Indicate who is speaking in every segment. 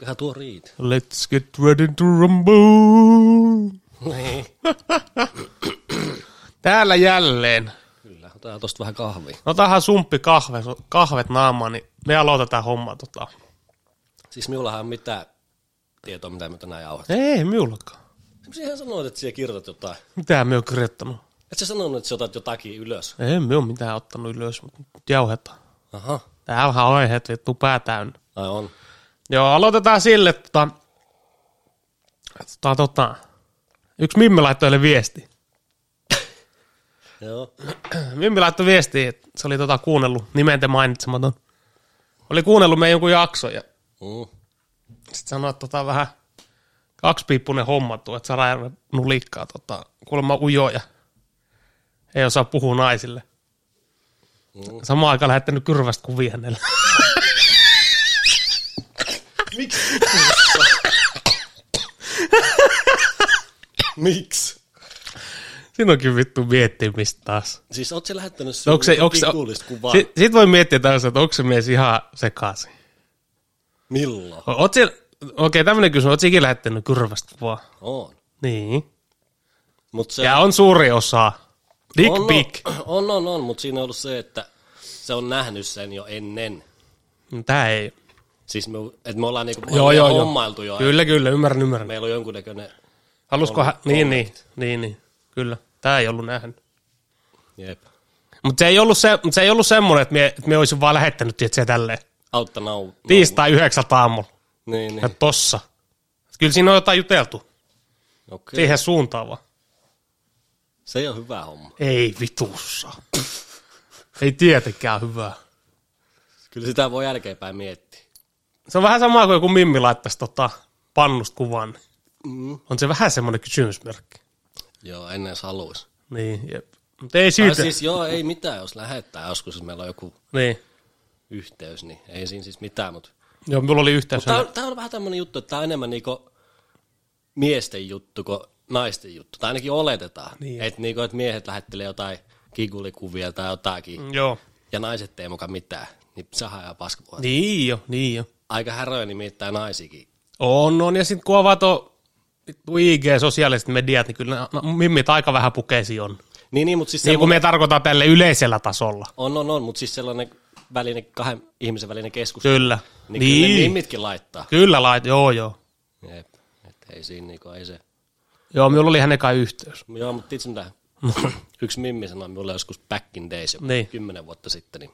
Speaker 1: Eihän tuo riitä.
Speaker 2: Let's get ready to rumble.
Speaker 1: Niin.
Speaker 2: Täällä jälleen.
Speaker 1: Kyllä, otetaan tosta vähän kahvia.
Speaker 2: No tähän sumppi kahvet, kahvet naamaan, niin me aloitetaan homma tota.
Speaker 1: Siis minullahan on mitään tietoa, mitä me tänään jauhetaan.
Speaker 2: Ei minullakaan.
Speaker 1: Sinähän sanoit, että siellä kirjoitat jotain.
Speaker 2: Mitä me oon kirjoittanut?
Speaker 1: Et sä sanonut, että sä otat jotakin ylös?
Speaker 2: Ei me ole mitään ottanut ylös, mutta nyt jauhetaan.
Speaker 1: Aha,
Speaker 2: Täällä on aiheet vittu pää täynnä.
Speaker 1: ai on.
Speaker 2: Joo, aloitetaan sille, että tota, tota, tota, yksi Mimme laittoi heille viesti.
Speaker 1: Joo,
Speaker 2: Mimmi laittoi viestiä, että se oli tota kuunnellut, nimeltä mainitsematon. Oli kuunnellut meidän jonkun jakson ja
Speaker 1: mm.
Speaker 2: sitten sanoi, että tota vähän kaksipiippunen homma tuo, että Sarajärven nulikkaa tota, kuulemma ujoja. Ei osaa puhua naisille.
Speaker 1: Mm.
Speaker 2: Samaan aikaan lähettänyt kyrvästä kuvia hänelle.
Speaker 1: Miksi?
Speaker 2: Siinä onkin vittu miettimistä taas.
Speaker 1: Siis oot sä lähettänyt sun
Speaker 2: Onko se, onko se,
Speaker 1: niinku pikullista kuvaa?
Speaker 2: sit, sit voi miettiä taas, että onko se mies ihan sekaisin.
Speaker 1: Milloin?
Speaker 2: O- Oot siellä, okei tämmönen kysymys, oot sikin lähettänyt kyrvästä kuvaa?
Speaker 1: On.
Speaker 2: Niin.
Speaker 1: Mut se
Speaker 2: Ja on suuri osa. Dick
Speaker 1: on,
Speaker 2: pic.
Speaker 1: On, on, on, mutta siinä on ollut se, että se on nähnyt sen jo ennen.
Speaker 2: Tää ei.
Speaker 1: Siis me, että me ollaan niinku, me ollaan jo hommailtu jo.
Speaker 2: Kyllä, kyllä, ymmärrän, ymmärrän.
Speaker 1: Meillä on jonkunnäköinen,
Speaker 2: Halusko hän,
Speaker 1: Ollut
Speaker 2: niin, niin, niin, niin, kyllä. Tää ei ollut nähnyt.
Speaker 1: jep,
Speaker 2: Mutta se ei ollut, se, mut se ei ollut semmoinen, että me, että me olisin vaan lähettänyt, että se tälleen.
Speaker 1: autta nau. nau-
Speaker 2: Tiistai yhdeksältä aamulla.
Speaker 1: Niin, niin.
Speaker 2: Ja tossa. Et Kyllä siinä on jotain juteltu.
Speaker 1: Okei.
Speaker 2: Siihen suuntaan vaan.
Speaker 1: Se ei ole hyvä homma.
Speaker 2: Ei vitussa. ei tietenkään hyvää.
Speaker 1: Kyllä sitä voi jälkeenpäin miettiä.
Speaker 2: Se on vähän sama kuin joku Mimmi laittaisi tota pannusta kuvan.
Speaker 1: Mm.
Speaker 2: On se vähän semmoinen kysymysmerkki.
Speaker 1: Joo, ennen jos haluaisi.
Speaker 2: Niin, jep. Mutta ei
Speaker 1: Tai
Speaker 2: siitä. Siis...
Speaker 1: siis joo, ei mitään, jos lähettää joskus, jos meillä on joku
Speaker 2: Niin.
Speaker 1: yhteys, niin ei siinä siis mitään, mutta...
Speaker 2: Joo, mulla oli yhteys.
Speaker 1: Tämä on, tää on vähän tämmöinen juttu, että tämä on enemmän niinku miesten juttu kuin naisten juttu. Tai ainakin oletetaan,
Speaker 2: Niin.
Speaker 1: niin. että niinku, et miehet lähettelee jotain kikulikuvia tai jotakin, mm.
Speaker 2: Joo.
Speaker 1: ja naiset ei muka mitään, niin sehän on ihan paskapuolta. Niin.
Speaker 2: Niin jo, niin jo.
Speaker 1: Aika häröjä nimittäin naisikin.
Speaker 2: On, on. Ja sitten kun avaat tuo vittu IG, sosiaaliset mediat, niin kyllä ne- no, mimmit aika vähän pukeisi on.
Speaker 1: Niin, niin mutta siis
Speaker 2: Niin
Speaker 1: niin,
Speaker 2: kuin me tarkoitan tälle yleisellä tasolla.
Speaker 1: on, on, on, mutta siis sellainen välinen, kahden ihmisen välinen keskustelu,
Speaker 2: Kyllä.
Speaker 1: niin, niin. kyllä ne
Speaker 2: Niin.
Speaker 1: mimmitkin laittaa.
Speaker 2: Kyllä lait, joo joo.
Speaker 1: Jep, et ei siinä niinku, ei se.
Speaker 2: Joo, minulla oli hänen kanssa yhteys.
Speaker 1: Joo, mutta tiedätkö mitä? Yksi mimmi sanoi minulle joskus back in days, joku
Speaker 2: Niin.
Speaker 1: kymmenen vuotta sitten, niin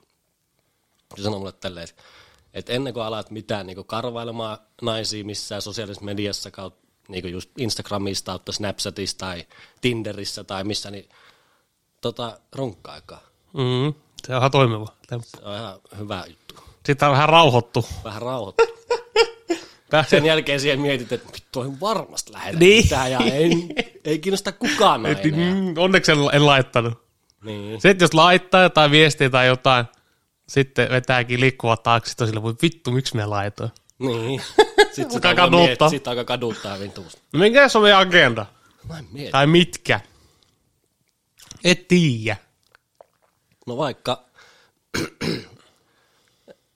Speaker 1: se sanoi mulle tälleen, että, että ennen kuin alat mitään niin karvailemaan naisia missään sosiaalisessa mediassa kautta, niin kuin just Instagramista, tai Snapchatista tai Tinderissä tai missä, niin tota, runkka-aikaa.
Speaker 2: Mm, se on ihan toimiva temppu.
Speaker 1: Se on ihan hyvä juttu.
Speaker 2: Sitten on vähän rauhoittu.
Speaker 1: Vähän rauhoittu.
Speaker 2: Pääsee
Speaker 1: Sen jälkeen siihen mietit, että vittu, en varmasti lähetä
Speaker 2: Niin.
Speaker 1: niin. mitään ja ei, ei kiinnosta kukaan nainen. ja-
Speaker 2: Mm, onneksi en, en laittanut.
Speaker 1: Niin.
Speaker 2: Sitten jos laittaa jotain viestiä tai jotain, sitten vetääkin liikkuvat taakse, sitten on sillä, voi vittu, miksi me laitoin?
Speaker 1: Niin. Sitten
Speaker 2: Alkaa
Speaker 1: sitä alkaa
Speaker 2: kaduttaa.
Speaker 1: kaduttaa. Sitten alkaa kaduttaa vituusta.
Speaker 2: No minkä se on meidän agenda?
Speaker 1: Mä en mieti.
Speaker 2: Tai mitkä? Et tiedä.
Speaker 1: No vaikka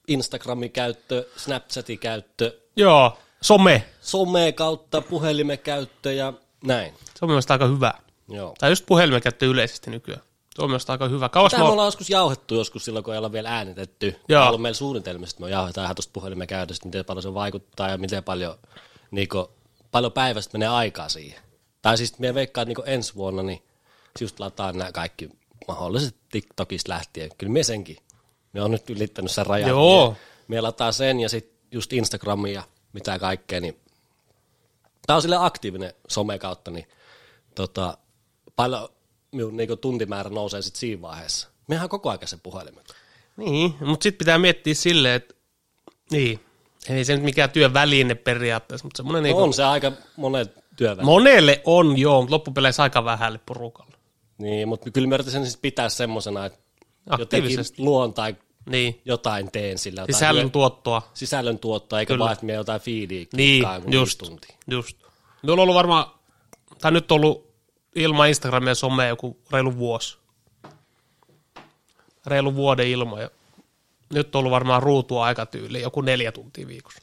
Speaker 1: Instagramin käyttö, Snapchatin käyttö,
Speaker 2: Joo, some.
Speaker 1: some kautta puhelimen käyttö ja näin.
Speaker 2: Se on mielestäni aika hyvä.
Speaker 1: Joo.
Speaker 2: Tai just puhelimen käyttö yleisesti nykyään. Se on mielestäni aika hyvä. Kauas mä...
Speaker 1: Tähän me
Speaker 2: oon-
Speaker 1: ollaan joskus jauhettu joskus silloin, kun ei olla vielä äänitetty.
Speaker 2: Joo.
Speaker 1: Joo. Ollut meillä suunnitelmissa, että me jauhetaan ihan tuosta puhelimen käytöstä, miten paljon se vaikuttaa ja miten paljon, niin kuin, paljon päivästä menee aikaa siihen. Tai siis me veikkaan, että niin ensi vuonna, niin just lataan nämä kaikki mahdolliset TikTokista lähtien. Kyllä me senkin. Me on nyt ylittänyt sen rajan.
Speaker 2: Joo.
Speaker 1: Me, me lataa sen ja sitten just Instagramia ja mitä kaikkea, niin tämä on sille aktiivinen some kautta, niin tota, paljon minun niin tuntimäärä nousee sitten siinä vaiheessa. Mehän on koko ajan se puhelimen.
Speaker 2: Niin, mutta sitten pitää miettiä silleen, että niin, ei se nyt mikään työn väline periaatteessa, mutta semmoinen niin
Speaker 1: On se aika monet työvälineet.
Speaker 2: Monelle on joo, mutta loppupeleissä aika vähälle porukalle.
Speaker 1: Niin, mutta kyllä mä yritän sen siis pitää semmoisena, että jotenkin
Speaker 2: Aktiivisesti.
Speaker 1: luon tai
Speaker 2: Niin,
Speaker 1: jotain teen sillä. Jotain
Speaker 2: sisällön tuottoa.
Speaker 1: sisällön tuottaa, eikä vaan, että me jotain fiidiä
Speaker 2: Niin,
Speaker 1: klikkaan, kun
Speaker 2: just,
Speaker 1: viisi tuntia.
Speaker 2: just. Nyt on ollut varmaan, tai nyt on ollut ilman Instagramia ja somea joku reilu vuosi. Reilu vuoden ilma. Ja nyt on ollut varmaan ruutua aikatyyli joku neljä tuntia viikossa.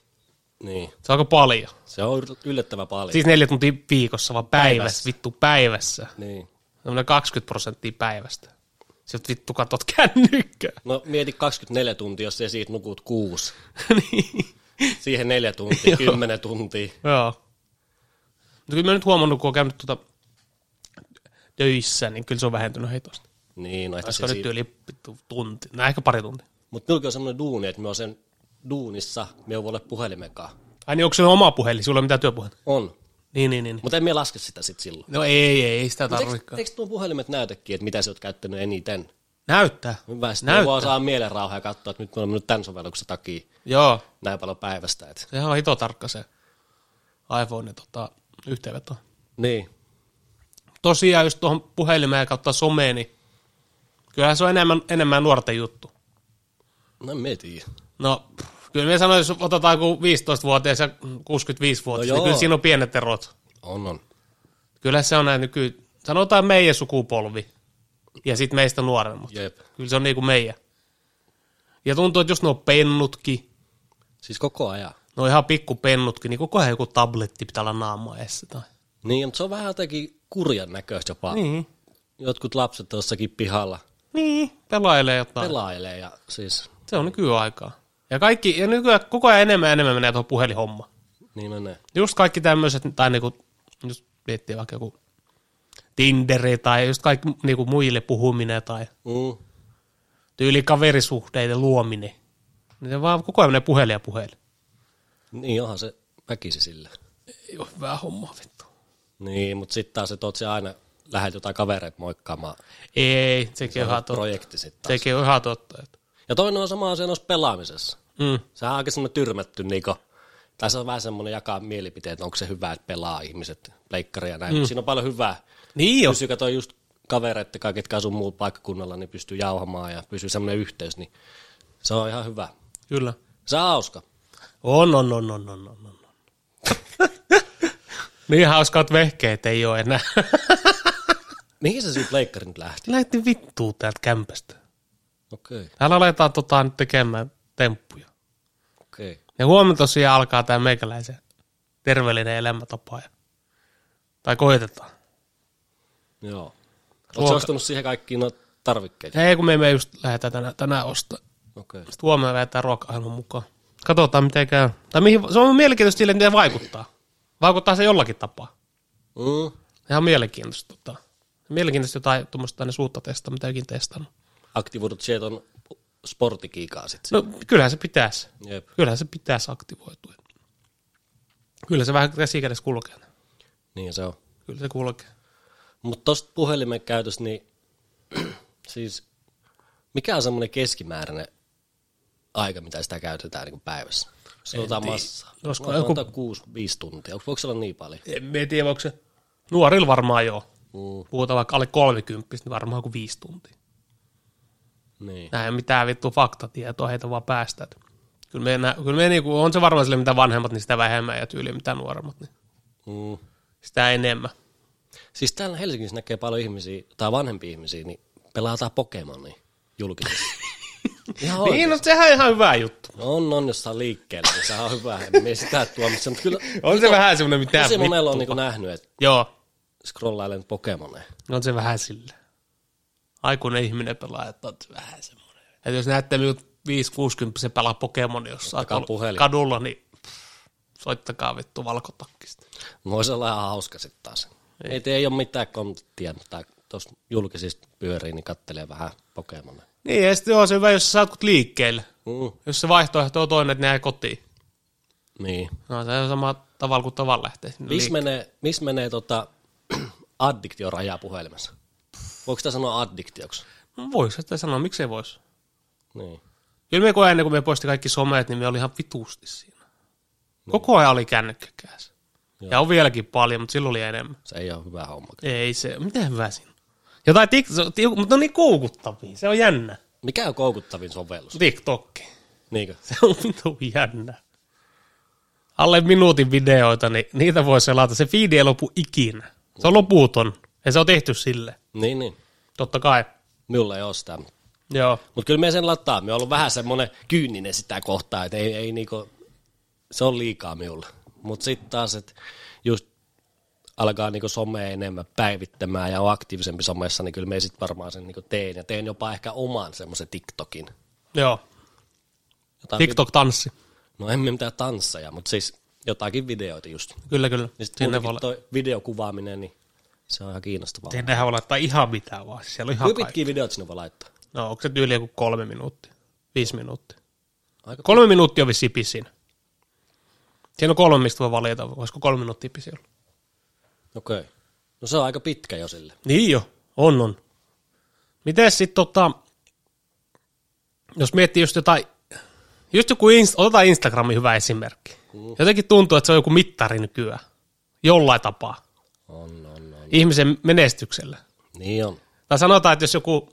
Speaker 1: Niin,
Speaker 2: Se on aika paljon.
Speaker 1: se on yl- yllättävän paljon.
Speaker 2: Siis neljä tuntia viikossa, vaan päivässä, päivässä. vittu päivässä.
Speaker 1: Niin.
Speaker 2: Tämmöinen 20 prosenttia päivästä. Sitten vittu katot kännykkää.
Speaker 1: No mieti 24 tuntia, jos sä siitä nukut kuusi.
Speaker 2: niin.
Speaker 1: Siihen neljä tuntia, kymmenen tuntia.
Speaker 2: Joo. Mutta kyllä mä nyt huomannut, kun on käynyt tuota töissä, niin kyllä se on vähentynyt heitosti.
Speaker 1: Niin, no ehkä
Speaker 2: Olisiko
Speaker 1: se
Speaker 2: nyt
Speaker 1: siitä.
Speaker 2: yli vittu tunti, no ehkä pari tuntia.
Speaker 1: Mutta minullakin on semmoinen duuni, että me on sen duunissa, me ei voi olla puhelimekaan.
Speaker 2: Ai niin, onko se oma puhelin? Sulla ei ole mitään työpuhelin.
Speaker 1: On.
Speaker 2: Niin, niin, niin.
Speaker 1: Mutta en me laske sitä sitten silloin.
Speaker 2: No ei, ei, ei sitä
Speaker 1: Mut Eikö,
Speaker 2: tarvikaan.
Speaker 1: eikö tuon puhelimet näytäkin, että mitä sä oot käyttänyt eniten?
Speaker 2: Näyttää.
Speaker 1: Hyvä, sitten
Speaker 2: Näyttää.
Speaker 1: voi saa mielenrauhaa ja katsoa, että nyt me olemme nyt tämän sovelluksen takia
Speaker 2: Joo,
Speaker 1: näin paljon päivästä. Et.
Speaker 2: sehän on hito tarkka se iPhone tota, yhteenveto.
Speaker 1: Niin.
Speaker 2: Tosiaan, jos tuohon puhelimeen kautta someen, niin kyllähän se on enemmän, enemmän nuorten juttu.
Speaker 1: No en mä tiedä.
Speaker 2: No, pff, kyllä minä sanoin, jos otetaan joku 15-vuotias ja 65-vuotias,
Speaker 1: No
Speaker 2: no niin kyllä
Speaker 1: joo.
Speaker 2: siinä on pienet erot.
Speaker 1: On, on.
Speaker 2: Kyllä se on näin nyky... Sanotaan meidän sukupolvi ja sitten meistä nuoremmat.
Speaker 1: Jep.
Speaker 2: Kyllä se on niin kuin meidän. Ja tuntuu, että jos ne on pennutkin,
Speaker 1: Siis koko ajan.
Speaker 2: ne on ihan pikkupennutkin, niin koko ajan joku tabletti pitää olla naamaa edessä. Tai...
Speaker 1: Niin, mutta se on vähän jotenkin kurjan näköistä jopa. Niin.
Speaker 2: Niin.
Speaker 1: Jotkut lapset tuossakin pihalla
Speaker 2: Niin, pelailee jotain. Pela-
Speaker 1: pelailee ja siis
Speaker 2: se on nykyaikaa. Ja kaikki, ja nykyään koko ajan enemmän ja enemmän menee tuohon puhelinhommaan.
Speaker 1: niin menee.
Speaker 2: just kaikki tämmöiset, tai niinku, jos miettii vaikka joku Tinderi tai just kaikki niinku muille puhuminen tai
Speaker 1: Mm.
Speaker 2: tyyli kaverisuhteiden luominen. Niin se vaan koko ajan menee puhelin ja puhelin.
Speaker 1: Niin onhan se väkisi sillä.
Speaker 2: Ei ole hyvää hommaa vittu.
Speaker 1: Niin, mutta sitten taas, että oot sä aina lähdet jotain kavereita moikkaamaan.
Speaker 2: Ei, sekin on ihan totta.
Speaker 1: Projekti sitten.
Speaker 2: Sekin on ihan totta. Että.
Speaker 1: Ja toinen on sama asia noissa pelaamisessa.
Speaker 2: Mm.
Speaker 1: Sehän on aika semmoinen tyrmätty, niinku, tai se on vähän semmoinen jakaa mielipiteet, että onko se hyvä, että pelaa ihmiset, pleikkaria ja näin. Mm. Siinä on paljon hyvää.
Speaker 2: Niin on.
Speaker 1: Pysyy kato just kavereet ja kaikki, ketkä asuu muulla paikkakunnalla, niin pystyy jauhamaan ja pysyy semmoinen yhteys, niin se on ihan hyvä.
Speaker 2: Kyllä.
Speaker 1: Se on hauska.
Speaker 2: On, on, on, on, on, on, on. niin hauskat vehkeet ei ole enää.
Speaker 1: Mihin se sinun pleikkari nyt lähti?
Speaker 2: Lähti vittuu täältä kämpästä.
Speaker 1: Okei, okay,
Speaker 2: Täällä aletaan tota, nyt tekemään temppuja.
Speaker 1: okei. Okay.
Speaker 2: Ja huomenna tosiaan alkaa tämä meikäläisen terveellinen elämäntapa. Ja, tai koetetaan.
Speaker 1: Joo. Oletko
Speaker 2: Ruoka-
Speaker 1: sä ostanut siihen kaikkiin noita tarvikkeita?
Speaker 2: Ei kun me emme just lähdetään tänään, tänään ostaa.
Speaker 1: Okei. Okay.
Speaker 2: Sitten huomenna lähdetään ruoka mukaan. Katsotaan miten käy. Tai mihin, se on mielenkiintoista sille, miten vaikuttaa. Vaikuttaa se jollakin tapaa.
Speaker 1: Mm.
Speaker 2: Ihan mielenkiintoista. Tota. Mielenkiintoista jotain tuommoista aina suutta testaa, mitä ikin testannut.
Speaker 1: Aktivoidut sieltä on sportikiikaa sitten.
Speaker 2: No kyllähän se pitäisi.
Speaker 1: Jep.
Speaker 2: Kyllähän se pitäisi aktivoitua. Kyllä se vähän käsikädessä kulkee.
Speaker 1: Niin se on.
Speaker 2: Kyllä se kulkee.
Speaker 1: Mutta tuosta puhelimen käytöstä, niin siis mikä on semmoinen keskimääräinen aika, mitä sitä käytetään niin päivässä? Jos otetaan massaa.
Speaker 2: Olisiko
Speaker 1: Voidaan
Speaker 2: joku-
Speaker 1: ottaa kuusi, viisi tuntia. Onko- Voiko se olla niin paljon?
Speaker 2: En mä tiedä, onko se. Nuorilla varmaan joo.
Speaker 1: Mm,
Speaker 2: Puhutaan vaikka alle 30, niin varmaan kuin viisi tuntia.
Speaker 1: niin.
Speaker 2: Näin ei ole mitään vittu faktatietoa, heitä vaan päästät. Kyllä me, nä- kyllä me niinku, on se varmaan sille, mitä vanhemmat, niin sitä vähemmän ja tyyli mitä nuoremmat, niin
Speaker 1: Mm.
Speaker 2: sitä enemmän.
Speaker 1: Siis täällä Helsingissä näkee paljon ihmisiä, tai vanhempia ihmisiä, niin pelataan Pokemonia julkisesti. Ihan
Speaker 2: Oikein.
Speaker 1: niin.
Speaker 2: Niin, no sehän on ihan hyvä juttu.
Speaker 1: No, On, on jossain liikkeellä, niin se on hyvä. En mie sitä tuomassa, mutta kyllä
Speaker 2: On se vähän semmoinen mitä.
Speaker 1: tosi monella on niinku nähnyt, että
Speaker 2: Joo,
Speaker 1: scrollailen Pokemoneja.
Speaker 2: No, on se vähän sillä. Aikuinen ihminen pelaa, että on se vähän semmoinen. Että jos näette minut 5-60 pelaa Pokemon jossain
Speaker 1: Ottakaa
Speaker 2: kol-
Speaker 1: puhelin.
Speaker 2: kadulla, niin pff, soittakaa vittu valkotakkista.
Speaker 1: Voisi olla ihan hauska sitten taas. Ei. Ei, ei ole mitään konttia, mutta tuossa julkisista pyörii, niin kattelee vähän Pokemonia.
Speaker 2: Niin, ja sitten on se hyvä, jos sä saat liikkeelle.
Speaker 1: Mm.
Speaker 2: Jos se vaihtoehto on toinen, että ne jää kotiin.
Speaker 1: Niin.
Speaker 2: No se on sama tavalla kuin tavalla lähtee. sinne
Speaker 1: Missä
Speaker 2: liikkeelle.
Speaker 1: menee, mis menee tota, addiktion raja puhelimessa? Voiko sitä sanoa addiktioksi?
Speaker 2: No vois, että sanoa, miksei vois.
Speaker 1: Niin.
Speaker 2: Kyllä me kun ennen kuin me poisti kaikki someet, niin me oli ihan vitusti siinä.
Speaker 1: Niin.
Speaker 2: Koko ajan oli kännykkäkäs. Ja on vieläkin paljon, mutta silloin oli enemmän.
Speaker 1: Se ei ole hyvä homma.
Speaker 2: Ei se, mitä hyvää siinä on? Jotain TikTok, mutta ne on niin koukuttavia, se on jännä.
Speaker 1: Mikä on koukuttavin sovellus?
Speaker 2: TikTok,
Speaker 1: Niinkö?
Speaker 2: se on vitu jännä. Alle minuutin videoita, niin niitä voi selata. Se feed ei lopu ikinä. Se on loputon, ja se on tehty sille.
Speaker 1: Niin, niin.
Speaker 2: Totta kai.
Speaker 1: Minulla ei ole sitä.
Speaker 2: Joo.
Speaker 1: Mutta kyllä me sen lataa. Me on ollut vähän semmoinen kyyninen sitä kohtaa, että ei, ei niinku se on liikaa minulle. Mutta sitten taas, että just alkaa niinku somea enemmän päivittämään ja on aktiivisempi somessa, niin kyllä me sitten varmaan sen niinku teen. Ja teen jopa ehkä oman semmoisen TikTokin.
Speaker 2: Joo,
Speaker 1: Jotain
Speaker 2: TikTok-tanssi.
Speaker 1: vi- no emme mitään tansseja, mutta siis jotakin videoita just.
Speaker 2: Kyllä, kyllä.
Speaker 1: Ja sitten
Speaker 2: Sinne voi,
Speaker 1: muutenkin
Speaker 2: olla-
Speaker 1: toi videokuvaaminen, niin se on ihan kiinnostavaa.
Speaker 2: sinnehän voi laittaa ihan mitä vaan. Siellä on ihan
Speaker 1: Kuinka
Speaker 2: kaikki.
Speaker 1: pitkiä videoita sinne voi laittaa?
Speaker 2: No onko se tyyli joku kolme minuuttia? Viisi minuuttia?
Speaker 1: Aika-
Speaker 2: Kolme minuuttia on vissiin pisin. Siinä on kolme, mistä voi valita. Olisiko kolme minuuttia pisin olla?
Speaker 1: Okei. Okay. No se on aika pitkä jo sille.
Speaker 2: Niin jo, on on. Miten sitten tota, jos miettii just jotain, just joku, inst- otetaan Instagrami hyvä esimerkki. Jotenkin tuntuu, että se on joku mittari nykyään, jollain tapaa,
Speaker 1: On, on, on.
Speaker 2: ihmisen menestyksellä.
Speaker 1: Niin on.
Speaker 2: Tai sanotaan, että jos joku,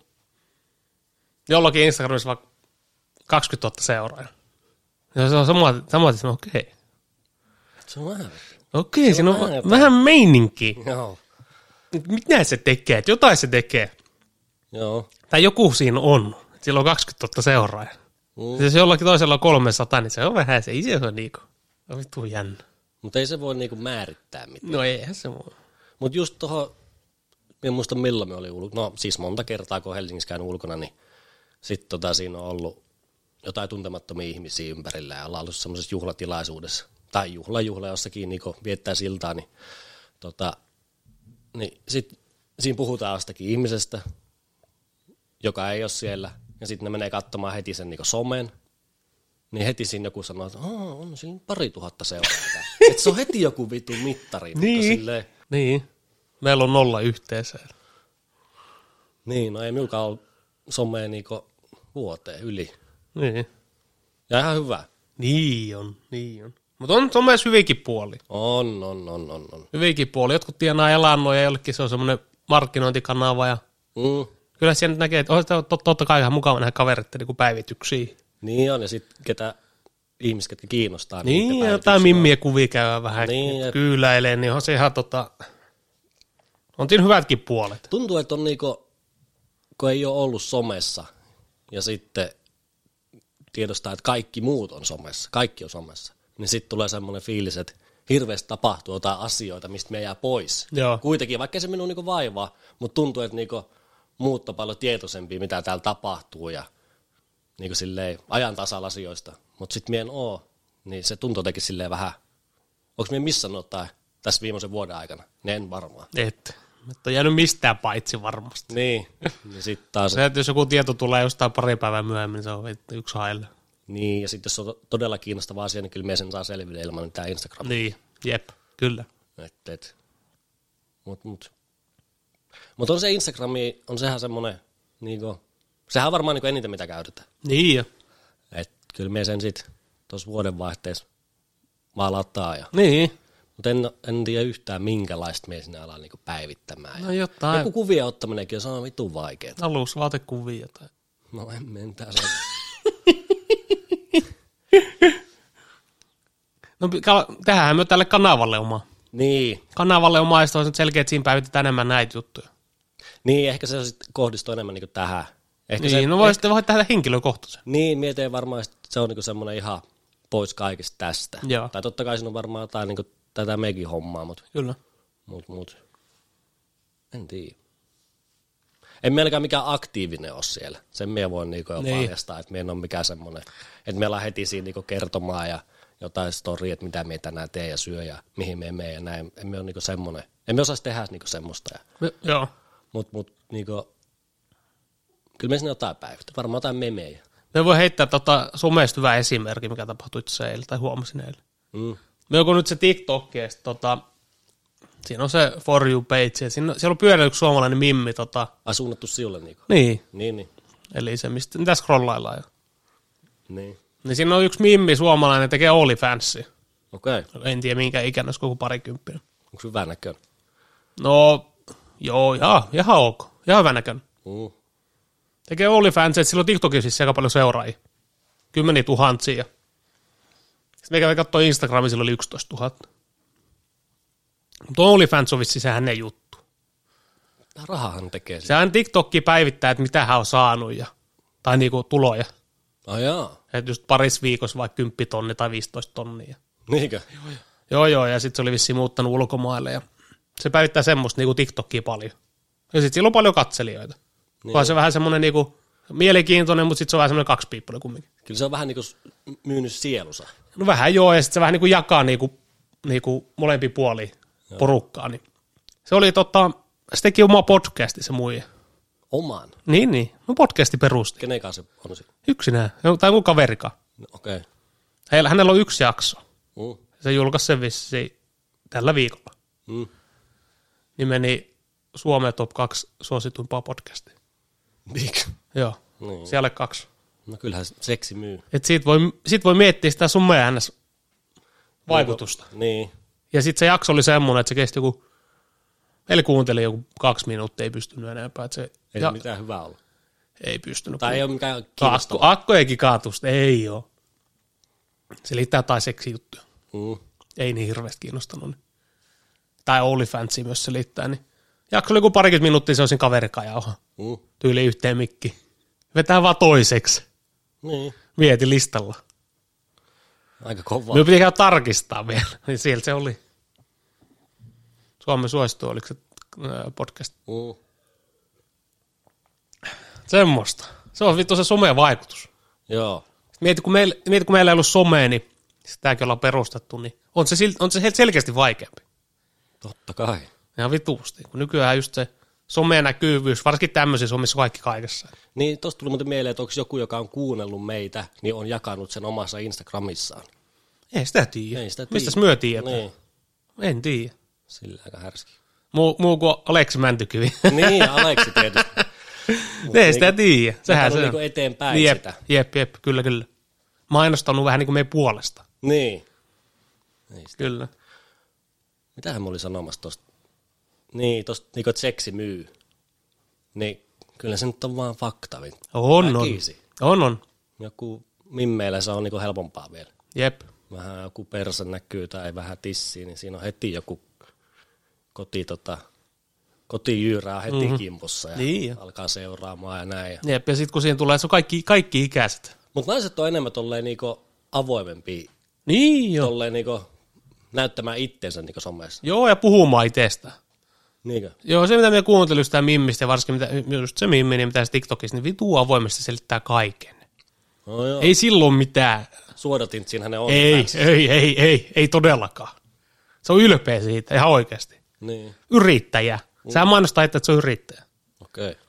Speaker 2: jollakin Instagramissa vaikka 20 000 seuraajaa, niin se on sama, sama että okei, okay.
Speaker 1: Se on vähän.
Speaker 2: okei, okay, siinä on
Speaker 1: vähän
Speaker 2: vähän,
Speaker 1: jotain.
Speaker 2: vähän meininkiä.
Speaker 1: Joo.
Speaker 2: Mitä se tekee, että jotain se tekee.
Speaker 1: Joo.
Speaker 2: tai joku siinä on, sillä on 20 000 seuraajaa.
Speaker 1: Mm.
Speaker 2: Mm. Jos jollakin toisella on 300, niin se on vähän se, itse se on niinku, se on vittu jännä.
Speaker 1: Mutta ei se voi niinku määrittää mitään.
Speaker 2: No eihän se voi.
Speaker 1: Mutta just tuohon, en muista milloin me oli ulkona, no siis monta kertaa kun Helsingissä käynyt ulkona, niin sitten tota, siinä on ollut jotain tuntemattomia ihmisiä ympärillä ja ollaan ollut semmoisessa juhlatilaisuudessa tai juhla juhla jossakin niin viettää siltaa, niin, tota, niin sit, siinä puhutaan jostakin ihmisestä, joka ei ole siellä, ja sitten ne menee katsomaan heti sen niin somen, niin heti siinä joku sanoo, että "Aa, on siinä pari tuhatta seuraajaa. Et se on heti joku vitun mittari. mutta
Speaker 2: Niin.
Speaker 1: Silleen,
Speaker 2: Niin. Meillä on nolla yhteensä.
Speaker 1: Niin, no ei minullakaan ole somea niinku vuoteen yli.
Speaker 2: Niin.
Speaker 1: Ja ihan hyvä.
Speaker 2: Niin on, niin on. Mutta on, on myös hyvinkin puoli.
Speaker 1: On, on, on, on, on.
Speaker 2: Hyvinkin puoli. Jotkut tienaa elannoja ja jollekin se on semmoinen markkinointikanava ja
Speaker 1: Mm.
Speaker 2: kyllä siellä nyt näkee, että on sitä tot- totta kai ihan mukava nähdä kavereiden niinku päivityksiä.
Speaker 1: Niin on, ja sitten ketä ihmiset, ketkä kiinnostaa. niitä
Speaker 2: Niin, ja
Speaker 1: päivitys-
Speaker 2: jotain mimmiä kuvia käydään vähän
Speaker 1: Niin,
Speaker 2: niin,
Speaker 1: jep.
Speaker 2: kyyläilee, niin on se ihan tota, on siinä hyvätkin puolet.
Speaker 1: Tuntuu, että on niinku, kun ei ole ollut somessa, ja sitten tiedostaa, että kaikki muut on somessa, kaikki on somessa, niin sitten tulee semmoinen fiilis, että hirveästi tapahtuu jotain asioita, mistä me jää pois.
Speaker 2: Joo.
Speaker 1: Kuitenkin, vaikka ei se minun niinku vaivaa, mutta tuntuu, että niinku muut on paljon tietoisempia, mitä täällä tapahtuu ja niinku silleen ajan tasalla asioista. Mutta sitten mien oo, niin se tuntuu jotenkin silleen vähän, onko mie missannut jotain tässä viimeisen vuoden aikana? Ne en varmaan.
Speaker 2: Et, et on jäänyt mistään paitsi varmasti.
Speaker 1: Niin, niin sitten taas,
Speaker 2: Se, että jos joku tieto tulee jostain pari päivää myöhemmin, niin se on vittu yksi haille.
Speaker 1: niin, ja sitten jos on todella kiinnostava asia, niin kyllä me sen saa selville ilman niin tämä Instagram.
Speaker 2: Niin, jep, kyllä.
Speaker 1: Et, et. Mut, mut. mut on se Instagrami, on sehän semmoinen, niinku, sehän on varmaan niinku eniten mitä käytetään.
Speaker 2: Niin jo.
Speaker 1: Et kyllä me sen sitten tuossa vuodenvaihteessa vaan lataa. Ja.
Speaker 2: Niin.
Speaker 1: Mutta en, en tiedä yhtään minkälaista me sinne alan niinku päivittämään.
Speaker 2: No
Speaker 1: ja
Speaker 2: jotain.
Speaker 1: joku kuvien ottaminenkin on, se on vitun vaikeaa.
Speaker 2: Alusvaatekuvia tai...
Speaker 1: No en mentää sen.
Speaker 2: No pi- kal- tehdään me tälle kanavalle oma.
Speaker 1: niin,
Speaker 2: Kanavalle oma, ja sitten olisi nyt selkeä, että siinä päivitetään enemmän näitä juttuja.
Speaker 1: Niin, ehkä se sitten kohdistuu enemmän niinku tähän. Ehkä
Speaker 2: Niin,
Speaker 1: se,
Speaker 2: se, no voi sitten voi tehdä henkilökohtaisen.
Speaker 1: niin, mietin varmaan, että se on niinku semmoinen ihan pois kaikesta tästä.
Speaker 2: Joo.
Speaker 1: Tai totta kai siinä on varmaan jotain niinku tätä mekin hommaa, mutta
Speaker 2: Kyllä.
Speaker 1: mut, mut. en tiedä. En mä ainakaan mikään aktiivinen ole siellä. Sen me voin niinku jo
Speaker 2: Niin.
Speaker 1: paljastaa, että me en ole mikään semmoinen. Että me ollaan heti siinä niinku kertomaan ja jotain storia, että mitä me tänään tee ja syö ja mihin me menee ja näin. En me ole niinku semmoinen. En me osaisi tehdä niinku semmoista. Ja
Speaker 2: Me, joo.
Speaker 1: mutta mut, niinku, kyllä me sinne jotain päivitä, varmaan jotain memejä.
Speaker 2: Me voi heittää tota somesta hyvä esimerkki, mikä tapahtui itse asiassa eilen tai huomasin eilen.
Speaker 1: Mm.
Speaker 2: Me joku nyt se TikTok, ja sit tota, siinä on se For You page, ja siinä, siellä on pyörinyt yksi suomalainen mimmi, tota,
Speaker 1: Ai suunnattu siulle niinku.
Speaker 2: niin,
Speaker 1: Niin, niin.
Speaker 2: eli se, mistä, mitä scrollaillaan jo.
Speaker 1: niin.
Speaker 2: Niin siinä on yksi mimmi suomalainen, tekee OnlyFansi.
Speaker 1: Okei, okay.
Speaker 2: En tiedä minkä ikäinen, olisiko joku parikymppinen.
Speaker 1: onko hyvä näköinen?
Speaker 2: No, joo, ihan, ihan ok, ihan hyvä näköinen.
Speaker 1: Mm.
Speaker 2: Tekee OnlyFans, että sillä on TikTokissa siis aika paljon seuraajia. Kymmeniä tuhansia. Sitten me kävi katsoa Instagramissa, sillä oli 11 000. Mutta OnlyFans on vissiin se hänen juttu.
Speaker 1: Tää rahahan tekee sitä.
Speaker 2: Se aina TikTokki päivittää, että mitä hän on saanut ja, tai niinku tuloja.
Speaker 1: Ai jaa.
Speaker 2: Että just parissa viikossa vaikka 10 tonni tai 15 tonnia.
Speaker 1: Niinkö?
Speaker 2: Joo, joo, ja sitten se oli vissiin muuttanut ulkomaille, ja se päivittää semmoista niinku TikTokia paljon. Ja sitten sillä on paljon katselijoita. Niin. Vaan se vähän semmoinen niinku mielenkiintoinen, mutta sitten se on vähän semmoinen kaksipiippunen kumminkin.
Speaker 1: Kyllä se on vähän niin kuin myynyt sielunsa.
Speaker 2: No vähän joo, ja sitten se vähän niinku jakaa niinku, niinku molempi puoli porukkaa. Niin. Se oli tota, se teki oma podcasti se muija.
Speaker 1: Oman.
Speaker 2: Niin, niin. No podcasti perusti.
Speaker 1: Kenen kanssa se on se?
Speaker 2: Yksinään. No, Tai mun kaverika.
Speaker 1: No, Okei. Okay.
Speaker 2: Heillä, hänellä on yksi jakso.
Speaker 1: Mm.
Speaker 2: Se julkaisi sen vissiin tällä viikolla.
Speaker 1: Mm.
Speaker 2: Niin meni Suomen top 2 suosituimpaa podcastia.
Speaker 1: Niinkö?
Speaker 2: Joo,
Speaker 1: Niin.
Speaker 2: mm. siellä kaksi.
Speaker 1: No kyllähän se- seksi myy.
Speaker 2: Et siitä voi, sit voi miettiä sitä sun ns. vaikutusta.
Speaker 1: Niin.
Speaker 2: Ja sitten se jakso oli semmoinen, että se kesti joku, eli kuunteli joku kaksi minuuttia, ei pystynyt enempää. Että se,
Speaker 1: Ei ja.
Speaker 2: ja,
Speaker 1: mitään hyvää ollut.
Speaker 2: ei pystynyt.
Speaker 1: Tai ei
Speaker 2: kuuntelemaan.
Speaker 1: ole mikään
Speaker 2: Akku,
Speaker 1: kiinnostavaa.
Speaker 2: akku ei kikaatusta, ei oo. Se liittää tai seksi juttuja.
Speaker 1: Mm.
Speaker 2: Ei niin hirveästi kiinnostanut. Niin. Tai OnlyFansi myös se liittää. Niin. Jakso oli joku parikymmentä minuuttia, se olisin kaverikajauha.
Speaker 1: Mm.
Speaker 2: Tyyli yhteen mikki. Vetää vaan toiseksi.
Speaker 1: Niin.
Speaker 2: Mieti listalla.
Speaker 1: Aika kovaa.
Speaker 2: Me piti käydä tarkistaa vielä. Niin siellä se oli. Suomen suosittu, oliko se ö, podcast.
Speaker 1: Mm.
Speaker 2: Semmoista. Se on vittu se somevaikutus.
Speaker 1: Joo.
Speaker 2: Mieti, kun meillä, mieti, kun meillä ei ollut somea, niin sitäkin ollaan perustettu, niin on se, sil- on se selkeästi vaikeampi.
Speaker 1: Totta kai.
Speaker 2: Ihan vituusti. Kun nykyään just se somenäkyvyys, varsinkin tämmöisissä omissa kaikki kaikessa.
Speaker 1: Niin, tosta tuli muuten mieleen, että onko joku, joka on kuunnellut meitä, niin on jakanut sen omassa Instagramissaan.
Speaker 2: Ei sitä tiedä.
Speaker 1: Ei sitä tiedä.
Speaker 2: Mistä myö tiedetään?
Speaker 1: Niin,
Speaker 2: En tiedä.
Speaker 1: sillä aika härski.
Speaker 2: Muu, muu kuin Aleksi Mäntykivi.
Speaker 1: Niin, Aleksi tietysti.
Speaker 2: ei sitä tiedä. Sehän
Speaker 1: Sehän niinku- on
Speaker 2: se on.
Speaker 1: niinku eteenpäin
Speaker 2: jep,
Speaker 1: sitä.
Speaker 2: Jep, jep, kyllä, kyllä. Mainostanut vähän niin kuin meidän puolesta.
Speaker 1: Niin.
Speaker 2: Kyllä.
Speaker 1: Mitähän mä olin sanomassa tosta? Niin, tosta, niinku, että seksi myy. Niin, kyllä se nyt on vaan fakta. vittu.
Speaker 2: On, on.
Speaker 1: Väkisi.
Speaker 2: On, on.
Speaker 1: Joku mimmeillä se on niinku helpompaa vielä.
Speaker 2: Jep.
Speaker 1: Vähän joku perse näkyy tai vähän tissiä, niin siinä on heti joku koti, tota, kotijyyrää heti mm-hmm. kimpussa ja
Speaker 2: Mhm. Niin jo.
Speaker 1: alkaa seuraamaan ja näin. Ja.
Speaker 2: Jep, ja sitten kun siihen tulee, se on kaikki, kaikki ikäiset.
Speaker 1: Mutta naiset on enemmän tolleen niinku avoimempia,
Speaker 2: Niin joo.
Speaker 1: tolleen niinku näyttämään itsensä niinku somessa.
Speaker 2: Joo, ja puhumaan itsestään.
Speaker 1: Niinkö?
Speaker 2: Joo, se mitä me kuuntelin sitä mimmistä, ja varsinkin mitä, just se mimmi, niin mitä se TikTokissa, niin vitu avoimesti selittää kaiken.
Speaker 1: No joo.
Speaker 2: Ei silloin mitään.
Speaker 1: Suodatint siinähän ne on.
Speaker 2: Ei,
Speaker 1: päässä.
Speaker 2: ei, ei, ei, ei todellakaan. Se on ylpeä siitä, ihan oikeasti.
Speaker 1: Niin,
Speaker 2: Yrittäjä. Sä
Speaker 1: Mm.
Speaker 2: mainostaa, että se on yrittäjä.
Speaker 1: okei. Okay.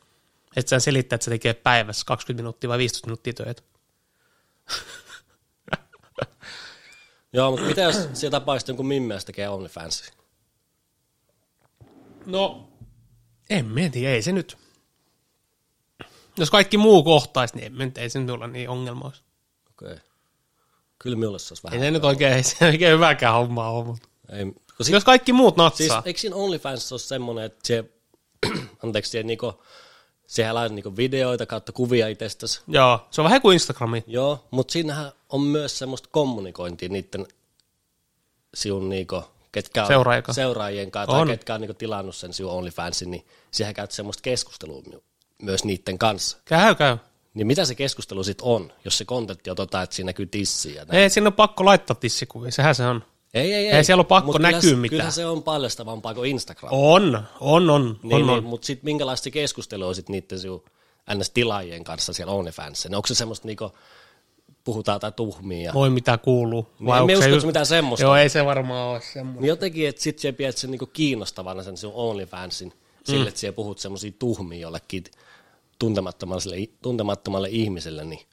Speaker 2: Että sä selittää, että se tekee päivässä 20 minuuttia vai 15 minuuttia töitä.
Speaker 1: Joo, mutta mitä jos siellä tapaisi jonkun mimmeä, jos tekee OnlyFans?
Speaker 2: No, en mä tiedä, ei se nyt. Jos kaikki muu kohtaisi, niin en mä nyt- ei se nyt ole niin ongelma. olisi.
Speaker 1: Okei. Okay. Kyllä minulle se olisi
Speaker 2: Ei
Speaker 1: vähän.
Speaker 2: se nyt oikein, ei se oikein hyväkään hommaa ole. Mutta.
Speaker 1: Ei, kun si-
Speaker 2: Jos kaikki muut
Speaker 1: siis,
Speaker 2: natsaa.
Speaker 1: eikö siinä OnlyFans ole semmoinen, että se, anteeksi, se niinku, sehän laitat niinku videoita kautta kuvia itsestäsi.
Speaker 2: Joo, se on vähän kuin Instagrami.
Speaker 1: Joo, mutta siinähän on myös semmoista kommunikointia niiden siun niinku, ketkä on
Speaker 2: Seuraajien kanssa.
Speaker 1: seuraajien kanssa tai
Speaker 2: On.
Speaker 1: ketkä on niinku tilannut sen siun OnlyFansin, niin siihen käyt semmoista keskustelua my- myös niiden kanssa.
Speaker 2: Käy, käy.
Speaker 1: Niin mitä se keskustelu sitten on, jos se kontentti on tota, että siinä näkyy tissiä ja näin?
Speaker 2: Ei, sinne on pakko laittaa tissikuvia, sehän se on.
Speaker 1: Ei, ei, ei.
Speaker 2: Ei siellä ole pakko
Speaker 1: Mut
Speaker 2: näkyä
Speaker 1: kyllä,
Speaker 2: mitään.
Speaker 1: Kyllä se on paljastavampaa kuin Instagram.
Speaker 2: On, on, on,
Speaker 1: niin,
Speaker 2: on,
Speaker 1: niin,
Speaker 2: on.
Speaker 1: mutta sitten minkälaista se keskustelu on sitten niiden sinun NS-tilaajien kanssa siellä OnlyFans? Onko se semmoista niinku, puhutaan jotain tuhmia? ja-
Speaker 2: Voi mitä kuuluu.
Speaker 1: Niin, en mä
Speaker 2: onko se
Speaker 1: usko,
Speaker 2: just-
Speaker 1: että mitään semmoista.
Speaker 2: Joo, ei se varmaan ole semmoinen.
Speaker 1: Niin jotenkin, että sitten sä pidät sen niinku kiinnostavana sen sinun OnlyFansin
Speaker 2: Mm.
Speaker 1: sille, että sä puhut semmoisia tuhmia jollekin tuntemattomalle, tuntemattomalle ihmiselle, niin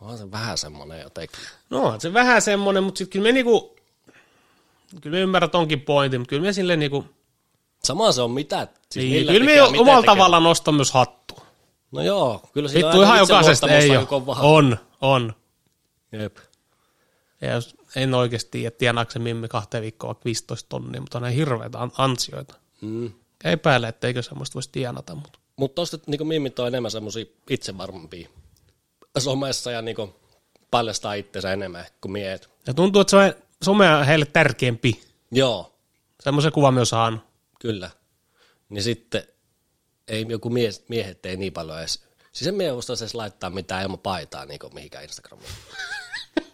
Speaker 1: on se vähän semmoinen jotenkin.
Speaker 2: No on se vähän semmoinen, mutta sitten kyllä me niinku, kyllä me ymmärrän tonkin pointin, mutta kyllä me silleen niinku,
Speaker 1: Sama se on mitä. Siis
Speaker 2: niin,
Speaker 1: millä
Speaker 2: kyllä me
Speaker 1: tekee, mitä
Speaker 2: omalla
Speaker 1: tekee.
Speaker 2: tavallaan nostan myös hattua.
Speaker 1: No joo, kyllä siinä
Speaker 2: Vittu
Speaker 1: aina
Speaker 2: ihan jokaisesta
Speaker 1: itseluottamusta
Speaker 2: ei
Speaker 1: aika
Speaker 2: ole.
Speaker 1: kovaa.
Speaker 2: On, on.
Speaker 1: Jep.
Speaker 2: Ja jos, en oikeasti tiedä, tienaako se mimme kahteen viikkoon vaikka 15 tonnia, mutta on ihan hirveitä an- ansioita.
Speaker 1: Mm.
Speaker 2: Epäilen, etteikö semmoista voisi tienata, mutta
Speaker 1: Mutta tuosta niinku mimmit on enemmän semmoisia itsevarmempia somessa ja niinku paljastaa itsensä enemmän kuin miehet.
Speaker 2: Ja tuntuu, että se on, some on heille tärkeämpi.
Speaker 1: Joo,
Speaker 2: Semmoisen kuvan myös saanut.
Speaker 1: kyllä. Niin sitten ei joku mies, miehet ei niin paljon edes. Siis en mie osaa edes laittaa mitään ilman paitaa niinku mihinkään Instagramiin.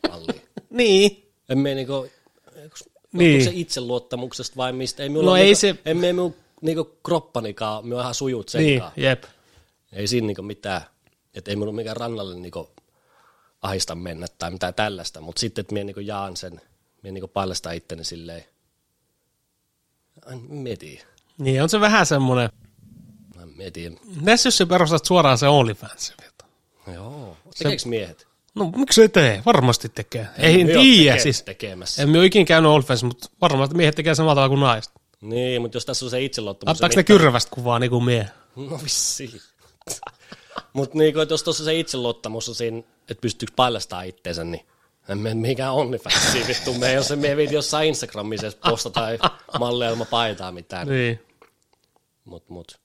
Speaker 1: Malliin.
Speaker 2: Niin.
Speaker 1: En me niinku, niin.
Speaker 2: Niin.
Speaker 1: se itseluottamuksesta vai mistä? Ei
Speaker 2: No
Speaker 1: minulla
Speaker 2: ei
Speaker 1: niinku,
Speaker 2: se-
Speaker 1: En me minun niinku kroppanikaan, me ihan sujut
Speaker 2: Niin,
Speaker 1: senkaan. Niin.
Speaker 2: jep.
Speaker 1: Ei siinä niinku mitään, että ei minun mikään rannalle niinku ahista mennä tai mitään tällaista, mutta sitten, että minä niinku jaan sen, minä niinku paljastan itteni silleen, en mieti,
Speaker 2: Niin, on se vähän semmoinen.
Speaker 1: en mieti,
Speaker 2: Mitäs jos sä perustat suoraan se OnlyFansin? vittu?
Speaker 1: joo, tekeekö miehet?
Speaker 2: No miksi ei tee? Varmasti tekee. Ei en
Speaker 1: Me oot
Speaker 2: tiedä
Speaker 1: teke-
Speaker 2: siis.
Speaker 1: Tekemässä.
Speaker 2: En mä ole ikinä käynyt OnlyFans, mutta varmasti miehet tekee samalla tavalla kuin naiset.
Speaker 1: Niin, mutta jos tässä on se itseluottamus.
Speaker 2: Ottaako ne kyrvästä kuvaa niin kuin mie?
Speaker 1: No vissiin. Mutta niinku, et jos tuossa se itseluottamus on siinä, että pystyykö paljastamaan itteensä, niin en mene mihinkään OnlyFansiin niin vittu. Me ei ole se, me ei viiti jossain Instagramissa edes posta tai malleilma paitaa mitään. Niin.
Speaker 2: Niin.
Speaker 1: Mut, mut,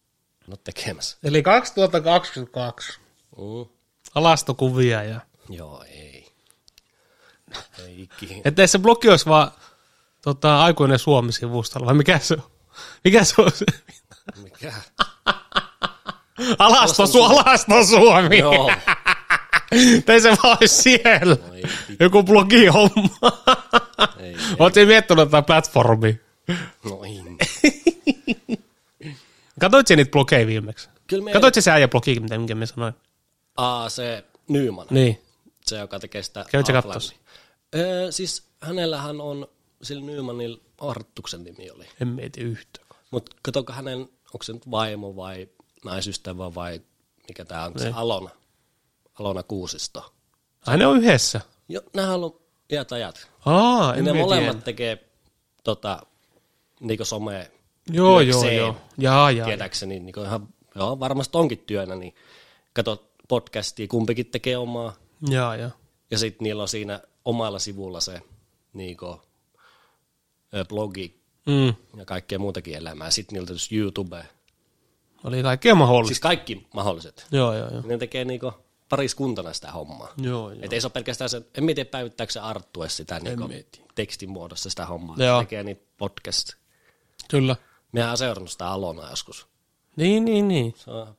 Speaker 1: no tekemässä.
Speaker 2: Eli 2022.
Speaker 1: Mm.
Speaker 2: Alastokuvia ja...
Speaker 1: Joo, ei. Ei ikinä.
Speaker 2: Että se blogi olisi vaan tota, aikuinen Suomi-sivustolla, vai mikä se on? Mikä se on? se?
Speaker 1: Mikä?
Speaker 2: Alasto, su- alasto Suomi!
Speaker 1: Joo.
Speaker 2: Ei se vaan olisi siellä.
Speaker 1: Oi,
Speaker 2: Joku blogi homma.
Speaker 1: Ei.
Speaker 2: Oletko miettinyt tätä platformia?
Speaker 1: No ei.
Speaker 2: Katoitko sä niitä blogeja viimeksi?
Speaker 1: Kyllä me...
Speaker 2: Katoitko sä äijä blogi, mitä minkä mä sanoin?
Speaker 1: Aa, se Nyman.
Speaker 2: Niin.
Speaker 1: se, joka tekee sitä
Speaker 2: Kävitkö
Speaker 1: Half-Life.
Speaker 2: kattos?
Speaker 1: Öö, siis hänellähän on, sillä Nymanilla Artuksen nimi oli.
Speaker 2: En mieti yhtään.
Speaker 1: Mutta katsokaa hänen, onko se nyt vaimo vai naisystävä vai mikä tämä on, se Alona. Alona Kuusisto.
Speaker 2: Ai ne on yhdessä.
Speaker 1: Jo, nämähän on ollut iät ajat.
Speaker 2: Aa, en
Speaker 1: Ne
Speaker 2: mieti
Speaker 1: molemmat
Speaker 2: enää.
Speaker 1: tekee tota, niinku some,
Speaker 2: Joo, joo,
Speaker 1: työkseen.
Speaker 2: joo. Jaa, jaa.
Speaker 1: tiedäkseni, niinku ihan, joo, varmasti onkin työnä, niin kato podcastia, kumpikin tekee omaa.
Speaker 2: Jaa, jaa.
Speaker 1: Ja sitten niillä on siinä omalla sivulla se niinku, ö, blogi
Speaker 2: Mm.
Speaker 1: ja kaikkea muutakin elämää. Sitten niillä on tietysti YouTube.
Speaker 2: Oli kaikkea mahdollista.
Speaker 1: Siis kaikki mahdolliset.
Speaker 2: Joo, joo, joo.
Speaker 1: Ne tekee niinku pariskuntana sitä hommaa.
Speaker 2: Joo, joo.
Speaker 1: Et ei se ole pelkästään se, en mietiä päivittääkö se Arttu edes sitä niinku, tekstin muodossa sitä hommaa.
Speaker 2: Joo.
Speaker 1: Se tekee niitä podcast.
Speaker 2: Kyllä.
Speaker 1: Mehän on seurannut sitä Alonaa joskus.
Speaker 2: Niin, niin, niin.
Speaker 1: Se on,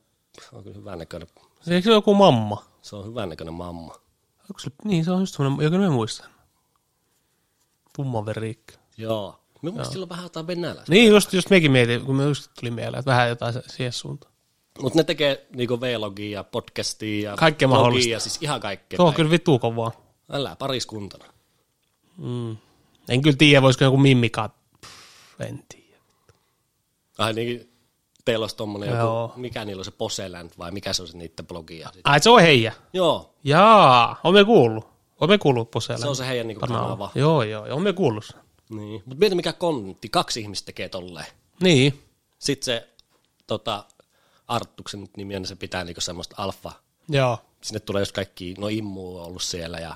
Speaker 1: se on kyllä hyvännäköinen,
Speaker 2: Eikö se ole joku mamma?
Speaker 1: se on hyvännäköinen mamma.
Speaker 2: Onko se, niin, se on just semmoinen, joku mä muistan. Pummaveriikka.
Speaker 1: Joo. Minun mielestä sillä on vähän jotain venäläistä.
Speaker 2: Niin, just, just mekin mietin, kun me just tuli mieleen, että vähän jotain se- siihen suuntaan.
Speaker 1: Mutta ne tekee niinku vlogia ja podcastia ja
Speaker 2: Kaikkea
Speaker 1: blogia,
Speaker 2: mahdollista.
Speaker 1: siis ihan kaikkea.
Speaker 2: Tuo on kyllä vitu kovaa.
Speaker 1: Älä pariskuntana.
Speaker 2: Mm. En kyllä tiedä, voisiko joku mimmika... Pff, En tiedä.
Speaker 1: Ai niin, teillä olisi tommonen
Speaker 2: Joo.
Speaker 1: joku, mikä niillä on se Poseland vai mikä se on se niiden blogia.
Speaker 2: Ai, se on heijä.
Speaker 1: Joo,
Speaker 2: Jaa, on me kuullut. On me kuullut Poselle.
Speaker 1: se on se heidän niinku kanava.
Speaker 2: Joo, joo, joo, on me kuullut sen.
Speaker 1: Niin. Mutta mieti mikä kontti, kaksi ihmistä tekee tolleen.
Speaker 2: Niin.
Speaker 1: Sitten se tota, Artuksen nyt nimi on, niin se pitää niinku semmoista alfa.
Speaker 2: Joo.
Speaker 1: Sinne tulee just kaikki, no Immu on ollut siellä ja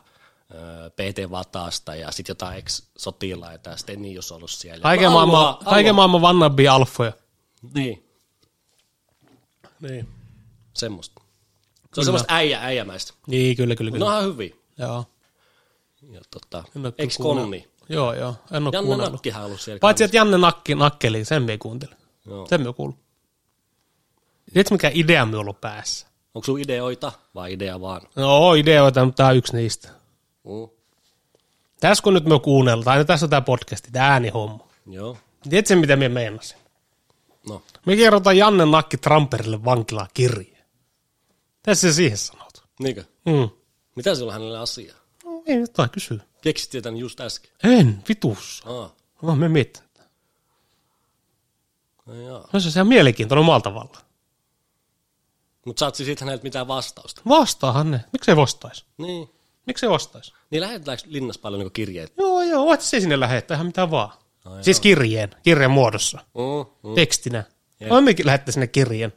Speaker 1: ö, PT Vataasta ja sitten jotain ex-sotilaita ja Stenius on ollut siellä.
Speaker 2: Kaiken
Speaker 1: Mä haluan-
Speaker 2: maailman, kaiken maailman vannabi alfoja.
Speaker 1: haluan- Niin,
Speaker 2: Niin.
Speaker 1: semmoista. Se on semmoista äijä, äijämäistä.
Speaker 2: Niin, kyllä, kyllä, kyllä.
Speaker 1: No ihan hyviä.
Speaker 2: Joo.
Speaker 1: Ja tota,
Speaker 2: En oo kyllä
Speaker 1: eikö Konni?
Speaker 2: Joo, joo. En ole
Speaker 1: Janne
Speaker 2: kuunnellut.
Speaker 1: Nakkihan on ollut siellä.
Speaker 2: Paitsi, että Janne Nakki, Nakkeli, sen me ei kuuntele.
Speaker 1: Joo.
Speaker 2: Sen me ei kuulu. Tiedätkö, mikä idea me on ollut päässä?
Speaker 1: Onko sun ideoita vai idea vaan?
Speaker 2: No, ideoita, mutta tämä on yksi niistä.
Speaker 1: Mm.
Speaker 2: Tässä kun nyt me kuunnellaan, aina tässä on tämä podcasti, tämä äänihomma.
Speaker 1: Joo.
Speaker 2: Tiedätkö, mitä me meinasin?
Speaker 1: No,
Speaker 2: Me kerrotaan Janne Nakki Tramperille vankilaa kirje. Tässä se siihen sanot.
Speaker 1: niinkö?
Speaker 2: Mm.
Speaker 1: Mitä sillä on hänelle asiaa?
Speaker 2: No, ei jotain kysyä.
Speaker 1: Keksit tämän just äsken.
Speaker 2: En, vitussa.
Speaker 1: Aa,
Speaker 2: Vaan me mietin.
Speaker 1: no joo.
Speaker 2: No se on ihan mielenkiintoinen omalla tavallaan.
Speaker 1: Mut saat siis siitä häneltä mitään vastausta.
Speaker 2: Vastaahan ne. Miksei vastaisi?
Speaker 1: Niin.
Speaker 2: Miksei vastaisi?
Speaker 1: Niin lähetetäänkö linnassa paljon niinku kirjeitä?
Speaker 2: Joo, joo, voit se sinne lähettää ihan mitä vaan.
Speaker 1: Ai
Speaker 2: siis kirjeen, kirjeen muodossa,
Speaker 1: No Mm, mm.
Speaker 2: tekstinä. Voi mekin lähettää sinne kirjeen.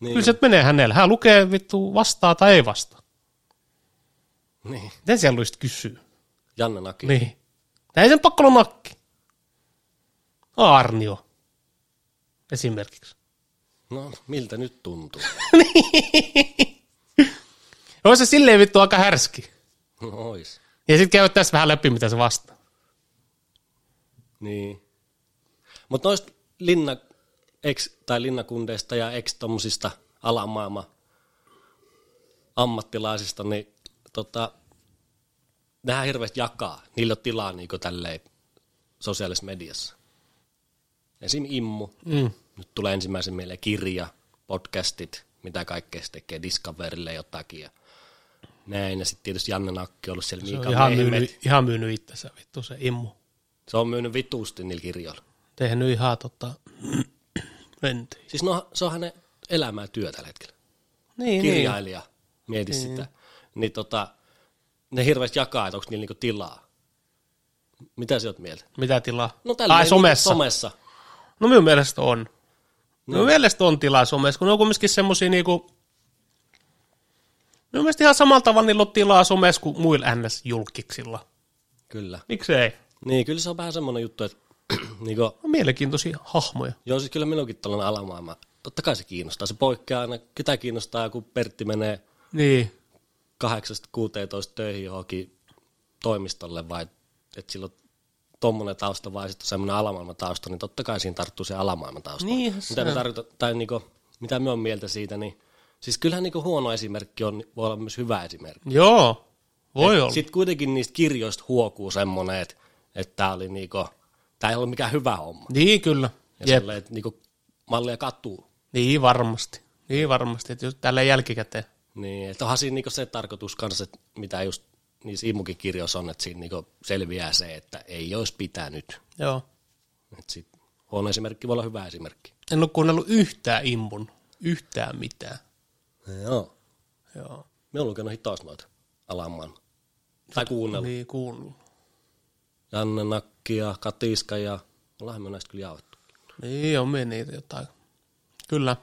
Speaker 1: Niin.
Speaker 2: Kyllä se menee hänelle. Hän lukee vittu vastaa tai ei vastaa.
Speaker 1: niin.
Speaker 2: Miten siellä olisi kysyä?
Speaker 1: Janne Naki.
Speaker 2: Niin. Tai ei sen pakko olla nakki. Arnio. Esimerkiksi.
Speaker 1: No, miltä nyt tuntuu?
Speaker 2: Olisi se silleen vittu aika härski.
Speaker 1: No, ois.
Speaker 2: Ja sitten käy tässä vähän läpi, mitä se vastaa.
Speaker 1: Niin. Mut noista linna, ex, tai linnakundeista ja ex tommosista alamaailman ammattilaisista, niin tota, nehän hirveästi jakaa. Niillä on tilaa niin tälleen sosiaalisessa mediassa. Esim. Immu. Mm. Nyt tulee ensimmäisen mieleen kirja, podcastit, mitä kaikkea se tekee, Discoverille jotakin. Ja näin, ja sitten tietysti Janne Nakki on ollut siellä
Speaker 2: Se
Speaker 1: Miika
Speaker 2: on ihan
Speaker 1: Lehmet.
Speaker 2: myynyt, ihan myynyt itsensä vittu se immu.
Speaker 1: Se on myynyt vituusti niillä kirjoilla.
Speaker 2: Tehnyt ihan tota, renti.
Speaker 1: Siis no, se on hänen elämää työ tällä hetkellä.
Speaker 2: Niin, niin.
Speaker 1: Kirjailija, mieti sitä. Niin tota, ne hirveästi jakaa, että onko niillä niinku tilaa. Mitä sä oot mieltä?
Speaker 2: Mitä tilaa?
Speaker 1: No
Speaker 2: Ai
Speaker 1: niinku
Speaker 2: somessa.
Speaker 1: somessa.
Speaker 2: No minun mielestä on. Minun mielestä on tilaa somessa, kun ne on kumminkin semmosia niinku... Minun mielestä ihan samalla tavalla niillä on tilaa somessa kuin muilla NS-julkiksilla.
Speaker 1: Kyllä.
Speaker 2: Miksei?
Speaker 1: Niin, kyllä se on vähän semmoinen juttu, että niinku,
Speaker 2: On mielenkiintoisia hahmoja.
Speaker 1: Joo, siis kyllä minunkin tällainen alamaailma. Totta kai se kiinnostaa. Se poikkeaa aina. Ketä kiinnostaa, kun Pertti menee
Speaker 2: Niin.
Speaker 1: 8-16 töihin johonkin toimistolle vai että sillä on tuommoinen tausta vai sitten semmoinen alamaailman tausta, niin totta kai siinä tarttuu se alamaailman tausta.
Speaker 2: Niinhän Niin, se
Speaker 1: mitä me,
Speaker 2: on.
Speaker 1: tarvita, tai niinku, mitä me on mieltä siitä, niin siis kyllähän niinku huono esimerkki on, voi olla myös hyvä esimerkki.
Speaker 2: Joo. Voi olla.
Speaker 1: Sitten kuitenkin niistä kirjoista huokuu semmoinen, että, että tämä oli niinku, tämä ei ollut mikään hyvä homma.
Speaker 2: Niin kyllä.
Speaker 1: Ja
Speaker 2: Jep.
Speaker 1: sellainen, että niinku, mallia katuu.
Speaker 2: Niin varmasti. Niin varmasti, että jos tällä jälkikäteen.
Speaker 1: Niin, että onhan siinä niinku se tarkoitus kanssa, että mitä just niissä immukin kirjoissa on, että siinä niinku selviää se, että ei olisi pitänyt.
Speaker 2: Joo.
Speaker 1: Et sit huono esimerkki voi olla hyvä esimerkki.
Speaker 2: En ole kuunnellut yhtään imbun. Yhtään mitään.
Speaker 1: Joo.
Speaker 2: Joo.
Speaker 1: Me oon lukenut hitaas noita alamaailmaa. Tai kuunnellut.
Speaker 2: Niin kuullut.
Speaker 1: Janne Nakki ja Katiska ja ollaan me näistä kyllä jaettu.
Speaker 2: Niin on me niitä jotain. Kyllä.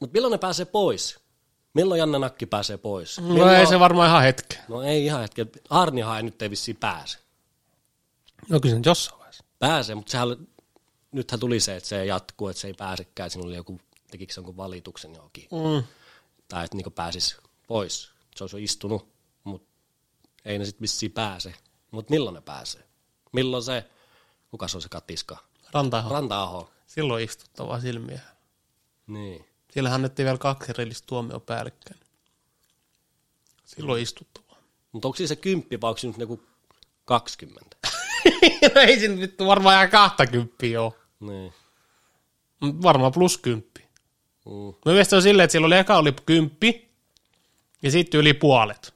Speaker 1: Mutta milloin ne pääsee pois? Milloin Janne Nakki pääsee pois?
Speaker 2: No ei se varmaan ihan hetki.
Speaker 1: No ei ihan hetkellä. Arnihan ei nyt ei vissiin pääse.
Speaker 2: No kyllä sen jossain vaiheessa.
Speaker 1: pääsee, mutta sehän, oli- nythän tuli se, että se jatkuu, että se ei pääsekään, siinä oli joku, tekikö se jonkun valituksen johonkin,
Speaker 2: Mm.
Speaker 1: tai että niin pääsis pois, se olisi jo istunut, mutta ei ne sitten vissiin pääse, mutta milloin ne pääsee? Milloin se, kuka se on se katiska?
Speaker 2: Rantaho.
Speaker 1: Ranta-aho.
Speaker 2: Silloin istuttavaa silmiä.
Speaker 1: Niin.
Speaker 2: Siellä annettiin vielä kaksi erillistä tuomio päällekkäin. Silloin istuttavaa.
Speaker 1: Mutta onko siinä se kymppi vai onko siinä nyt joku 20?
Speaker 2: no ei siinä vittu varmaan ihan 20 oo.
Speaker 1: niin.
Speaker 2: Mut Varmaan plus kymppi.
Speaker 1: Mm.
Speaker 2: Mä mielestä se on silleen, että silloin oli eka oli kymppi ja sitten yli puolet.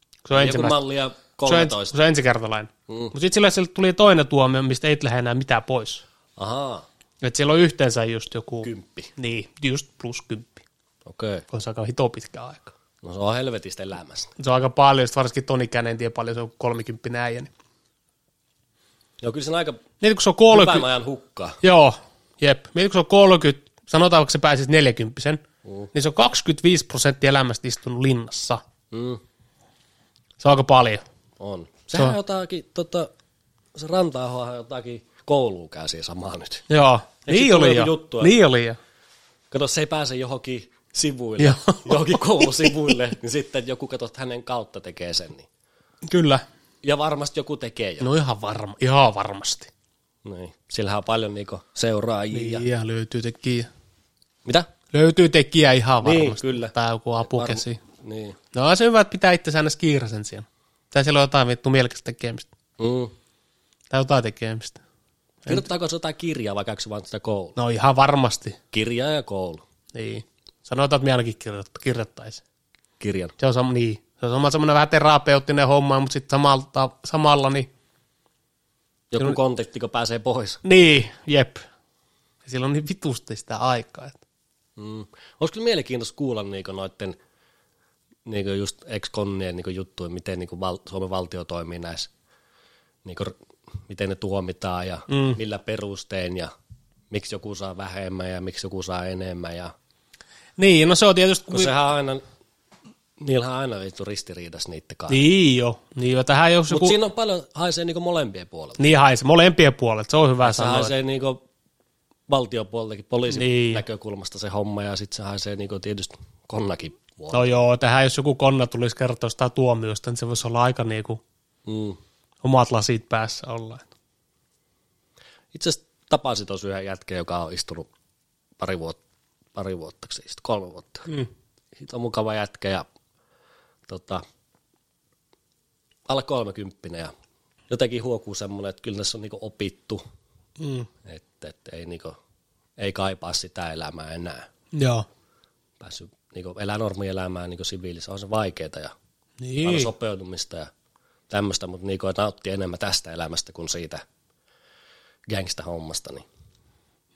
Speaker 2: Kun Se on
Speaker 1: Joku
Speaker 2: ensimmäistä.
Speaker 1: mallia
Speaker 2: kun Se on, ensi, kun
Speaker 1: 13.
Speaker 2: se on ensikertalainen. Mm. Mutta sitten silloin sille tuli toinen tuomio, mistä ei lähde enää mitään pois.
Speaker 1: Ahaa,
Speaker 2: Että siellä on yhteensä just joku...
Speaker 1: kymppi.
Speaker 2: Niin, just plus kymppi.
Speaker 1: Okei. Okay.
Speaker 2: On se aika hito pitkä aika.
Speaker 1: No se on helvetistä elämästä.
Speaker 2: Se on aika paljon, sit varsinkin ton ikäinen, en tiedä paljon se on 30 äijä. Niin,
Speaker 1: Joo, kyllä se on aika
Speaker 2: Mieti, kun se on
Speaker 1: hyvän
Speaker 2: 30...
Speaker 1: ajan hukkaa.
Speaker 2: Joo, jep. Mieti, kun se on 30, sanotaan, kun se pääsit 40, mm. niin se on 25 prosenttia elämästä istunut linnassa.
Speaker 1: Mm.
Speaker 2: Se on aika paljon.
Speaker 1: On. Sehän on jotakin, tota, se ranta jotakin kouluun käy siinä samaa nyt.
Speaker 2: Joo,
Speaker 1: siitä
Speaker 2: niin
Speaker 1: tullut
Speaker 2: oli
Speaker 1: joku
Speaker 2: jo.
Speaker 1: juttu, että-
Speaker 2: Niin oli jo.
Speaker 1: Kato, se ei pääse johonkin sivuille,
Speaker 2: Joo.
Speaker 1: johonkin koulusivuille, niin sitten joku, kato, että hänen kautta tekee sen. Niin.
Speaker 2: Kyllä.
Speaker 1: Ja varmasti joku tekee jo.
Speaker 2: No ihan, varma, ihan varmasti.
Speaker 1: Niin. Sillähän on paljon niinku seuraajia.
Speaker 2: Ja.
Speaker 1: Niin.
Speaker 2: ja löytyy tekijä.
Speaker 1: Mitä?
Speaker 2: Löytyy tekijä ihan
Speaker 1: Niin,
Speaker 2: varmasti.
Speaker 1: kyllä.
Speaker 2: Tai joku apukäsi.
Speaker 1: Niin.
Speaker 2: No on se hyvä, että pitää itse aina kiireisen siellä. Tai siellä on jotain vittu mielekästä tekemistä.
Speaker 1: Mm.
Speaker 2: Tai jotain tekemistä.
Speaker 1: Kirjoittaako se jotain kirjaa vai käykö se vaan sitä koulua?
Speaker 2: No ihan varmasti.
Speaker 1: Kirjaa ja koulu.
Speaker 2: Niin. Sanotaan, että minä ainakin kirjoitt- kirjoittaisin.
Speaker 1: Kirjan.
Speaker 2: Se on, sam- niin. se on sama, semmoinen vähän terapeuttinen homma, mutta sitten samalta, samalla niin...
Speaker 1: Joku kontakti, kun pääsee pois.
Speaker 2: Niin, jep. Ja sillä on niin vitusti sitä aikaa. Että.
Speaker 1: Mm. Olisi kyllä mielenkiintoista kuulla niinku noiden niinku just ex-konnien niinku juttuja, miten niinku val- Suomen valtio toimii näissä, niinku, r- miten ne tuomitaan ja mm. millä perustein ja miksi joku saa vähemmän ja miksi joku saa enemmän. Ja,
Speaker 2: Niin, no se on tietysti...
Speaker 1: kun sehän on aina, niillähän on aina vittu ristiriidassa niiden kanssa. Niin,
Speaker 2: Niin jo. Niin jo, tähän jos
Speaker 1: Mutta
Speaker 2: joku...
Speaker 1: siinä on paljon, haisee niinku molempien puolelta.
Speaker 2: Niin haisee, molempien puolet, se on hyvä
Speaker 1: Se
Speaker 2: sanoa.
Speaker 1: haisee niinku valtion puoleltakin, poliisin
Speaker 2: Niin.
Speaker 1: niin. näkökulmasta se homma ja sitten se haisee niinku tietysti konnakin puolelta.
Speaker 2: No joo, tähän jos joku konna tulisi kertoa sitä tuomiosta, niin se voisi olla aika niinku
Speaker 1: Mm.
Speaker 2: omat lasit päässä olla.
Speaker 1: Itse asiassa tapasin tuossa yhden jätkän, joka on istunut pari vuotta, pari vuotta, se istui kolme vuotta. Mm. Siitä on mukava jätkä ja tota, alle 30 ja jotenkin huokuu semmoinen, että kyllä tässä on niinku opittu,
Speaker 2: Mm.
Speaker 1: että et ei, niinku, ei kaipaa sitä elämää enää.
Speaker 2: Joo.
Speaker 1: Päässyt niinku, elää normielämää niinku siviilissä, on se vaikeaa ja paljon
Speaker 2: Niin.
Speaker 1: sopeutumista ja tämmöistä, mutta niinku, että nautti enemmän tästä elämästä kuin siitä gangsta-hommasta, niin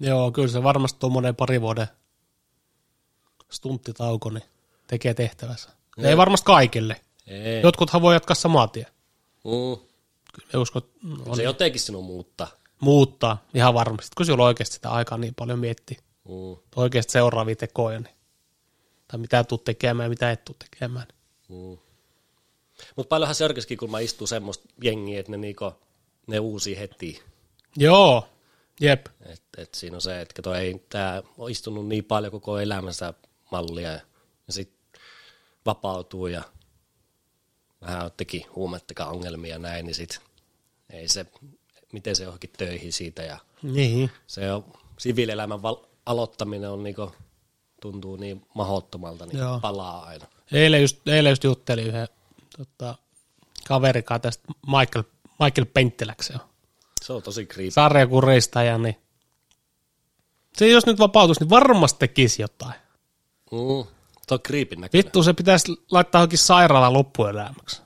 Speaker 2: Joo, kyllä se varmasti tuommoinen pari vuoden stunttitauko niin tekee tehtävänsä. Ne ei varmasti kaikille.
Speaker 1: ei.
Speaker 2: Jotkuthan voi jatkaa samaa tie.
Speaker 1: Mm.
Speaker 2: Kyllä me uskon, että on
Speaker 1: Se jotenkin sinun muuttaa.
Speaker 2: muuttaa ihan varmasti, kun sulla on oikeasti sitä aikaa niin paljon miettiä.
Speaker 1: Mm.
Speaker 2: Oikeasti seuraavia tekoja. Niin. Tai mitä tuut tekemään ja mitä et tuu tekemään.
Speaker 1: Mm. Mutta paljonhan Sörköskin, kun mä istuu semmoista jengiä, että ne, niinku, ne uusi heti.
Speaker 2: Joo, jep.
Speaker 1: Et, et siinä on se, että kato, ei tämä ole istunut niin paljon koko elämänsä mallia ja, ja sitten vapautuu ja vähän teki huumettakaan ongelmia ja näin, niin sitten ei se, miten se johonkin töihin siitä ja
Speaker 2: Niin.
Speaker 1: se on, siviilielämän val- aloittaminen on niinku, tuntuu niin mahottomalta, niin
Speaker 2: Joo.
Speaker 1: Joo. palaa aina.
Speaker 2: Eilen just, eilen just juttelin yhden tota, kaverikaan tästä Michael, Michael Penttiläksi on.
Speaker 1: Se on tosi kriittinen.
Speaker 2: sarjakuristaja, niin se jos nyt vapautuisi, niin varmasti tekisi jotain.
Speaker 1: Mm, tuo on kriipin näköinen.
Speaker 2: Vittu, se pitäisi laittaa johonkin sairaalaan loppuelämäksi.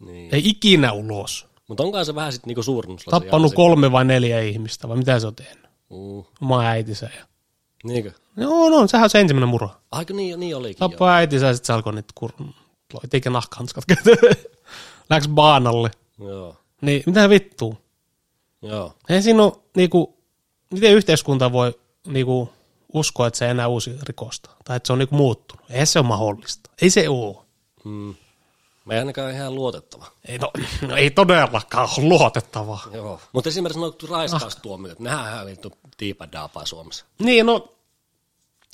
Speaker 1: Niin.
Speaker 2: Ei ikinä ulos.
Speaker 1: Mutta onkohan se vähän sitten niinku suurennuslasi?
Speaker 2: Tappanut kolme vai neljä ihmistä, vai mitä se on tehnyt?
Speaker 1: Mm,
Speaker 2: Oma äitinsä. Ja...
Speaker 1: niinkö?
Speaker 2: No, no, sehän on se ensimmäinen muro.
Speaker 1: Aiku niin, niin olikin jo.
Speaker 2: Tappoi äitinsä ja sitten se alkoi niitä kur... Eikä nahkahanskat Läks baanalle.
Speaker 1: Joo,
Speaker 2: Niin, mitä vittua?
Speaker 1: joo.
Speaker 2: Ei siinä ole, niinku, miten yhteiskunta voi niinku, uskoa, että se ei enää uusi rikosta, tai että se on niinku, muuttunut. Eihän se ole mahdollista. Ei se ole.
Speaker 1: Mm. Mä en ainakaan ihan luotettava.
Speaker 2: Ei, no, no, ei todellakaan ole luotettavaa.
Speaker 1: Joo. Mutta esimerkiksi nuo
Speaker 2: Ah.
Speaker 1: raiskaustuomiot, nehän ihan vittu tiipadaapaa Suomessa.
Speaker 2: Niin, no,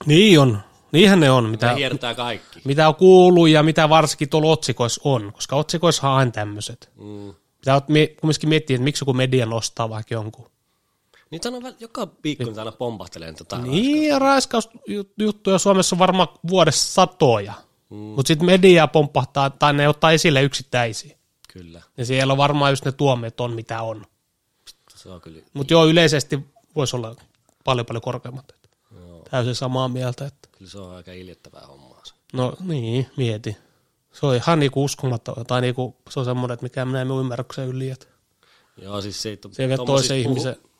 Speaker 2: niin on. Niinhän ne on,
Speaker 1: Ne
Speaker 2: mitä,
Speaker 1: hiertää kaikki.
Speaker 2: mitä on kuullut ja mitä varsinkin tuolla otsikoissa on, koska otsikoissa on aina tämmöiset.
Speaker 1: Mm.
Speaker 2: Pitää ot- mie- kumminkin miettiä, että miksi joku media nostaa vaikka jonkun.
Speaker 1: Niitä Niin on väl- joka viikko niitä aina pompahtelee tota.
Speaker 2: Niin, ja raiskausjuttuja Suomessa on varmaan vuodessa satoja. Mm. Mutta sitten media pomppahtaa, tai ne ottaa esille yksittäisiä.
Speaker 1: Kyllä.
Speaker 2: Ja siellä on varmaan just ne tuomiot on, mitä on.
Speaker 1: Se on kyllä.
Speaker 2: Mutta joo, yleisesti voisi olla paljon paljon korkeammat. Et
Speaker 1: Joo.
Speaker 2: Täysin samaa mieltä. Että.
Speaker 1: Kyllä se on aika iljettävää hommaa se.
Speaker 2: No niin, mieti. Se on ihan niinku uskomaton, tai niinku, se on semmoinen, että mikä minä en ole ymmärryksen yli. Että.
Speaker 1: Joo, siis se, että
Speaker 2: Se vie
Speaker 1: tommosista
Speaker 2: toisen
Speaker 1: puhu-
Speaker 2: ihmisen-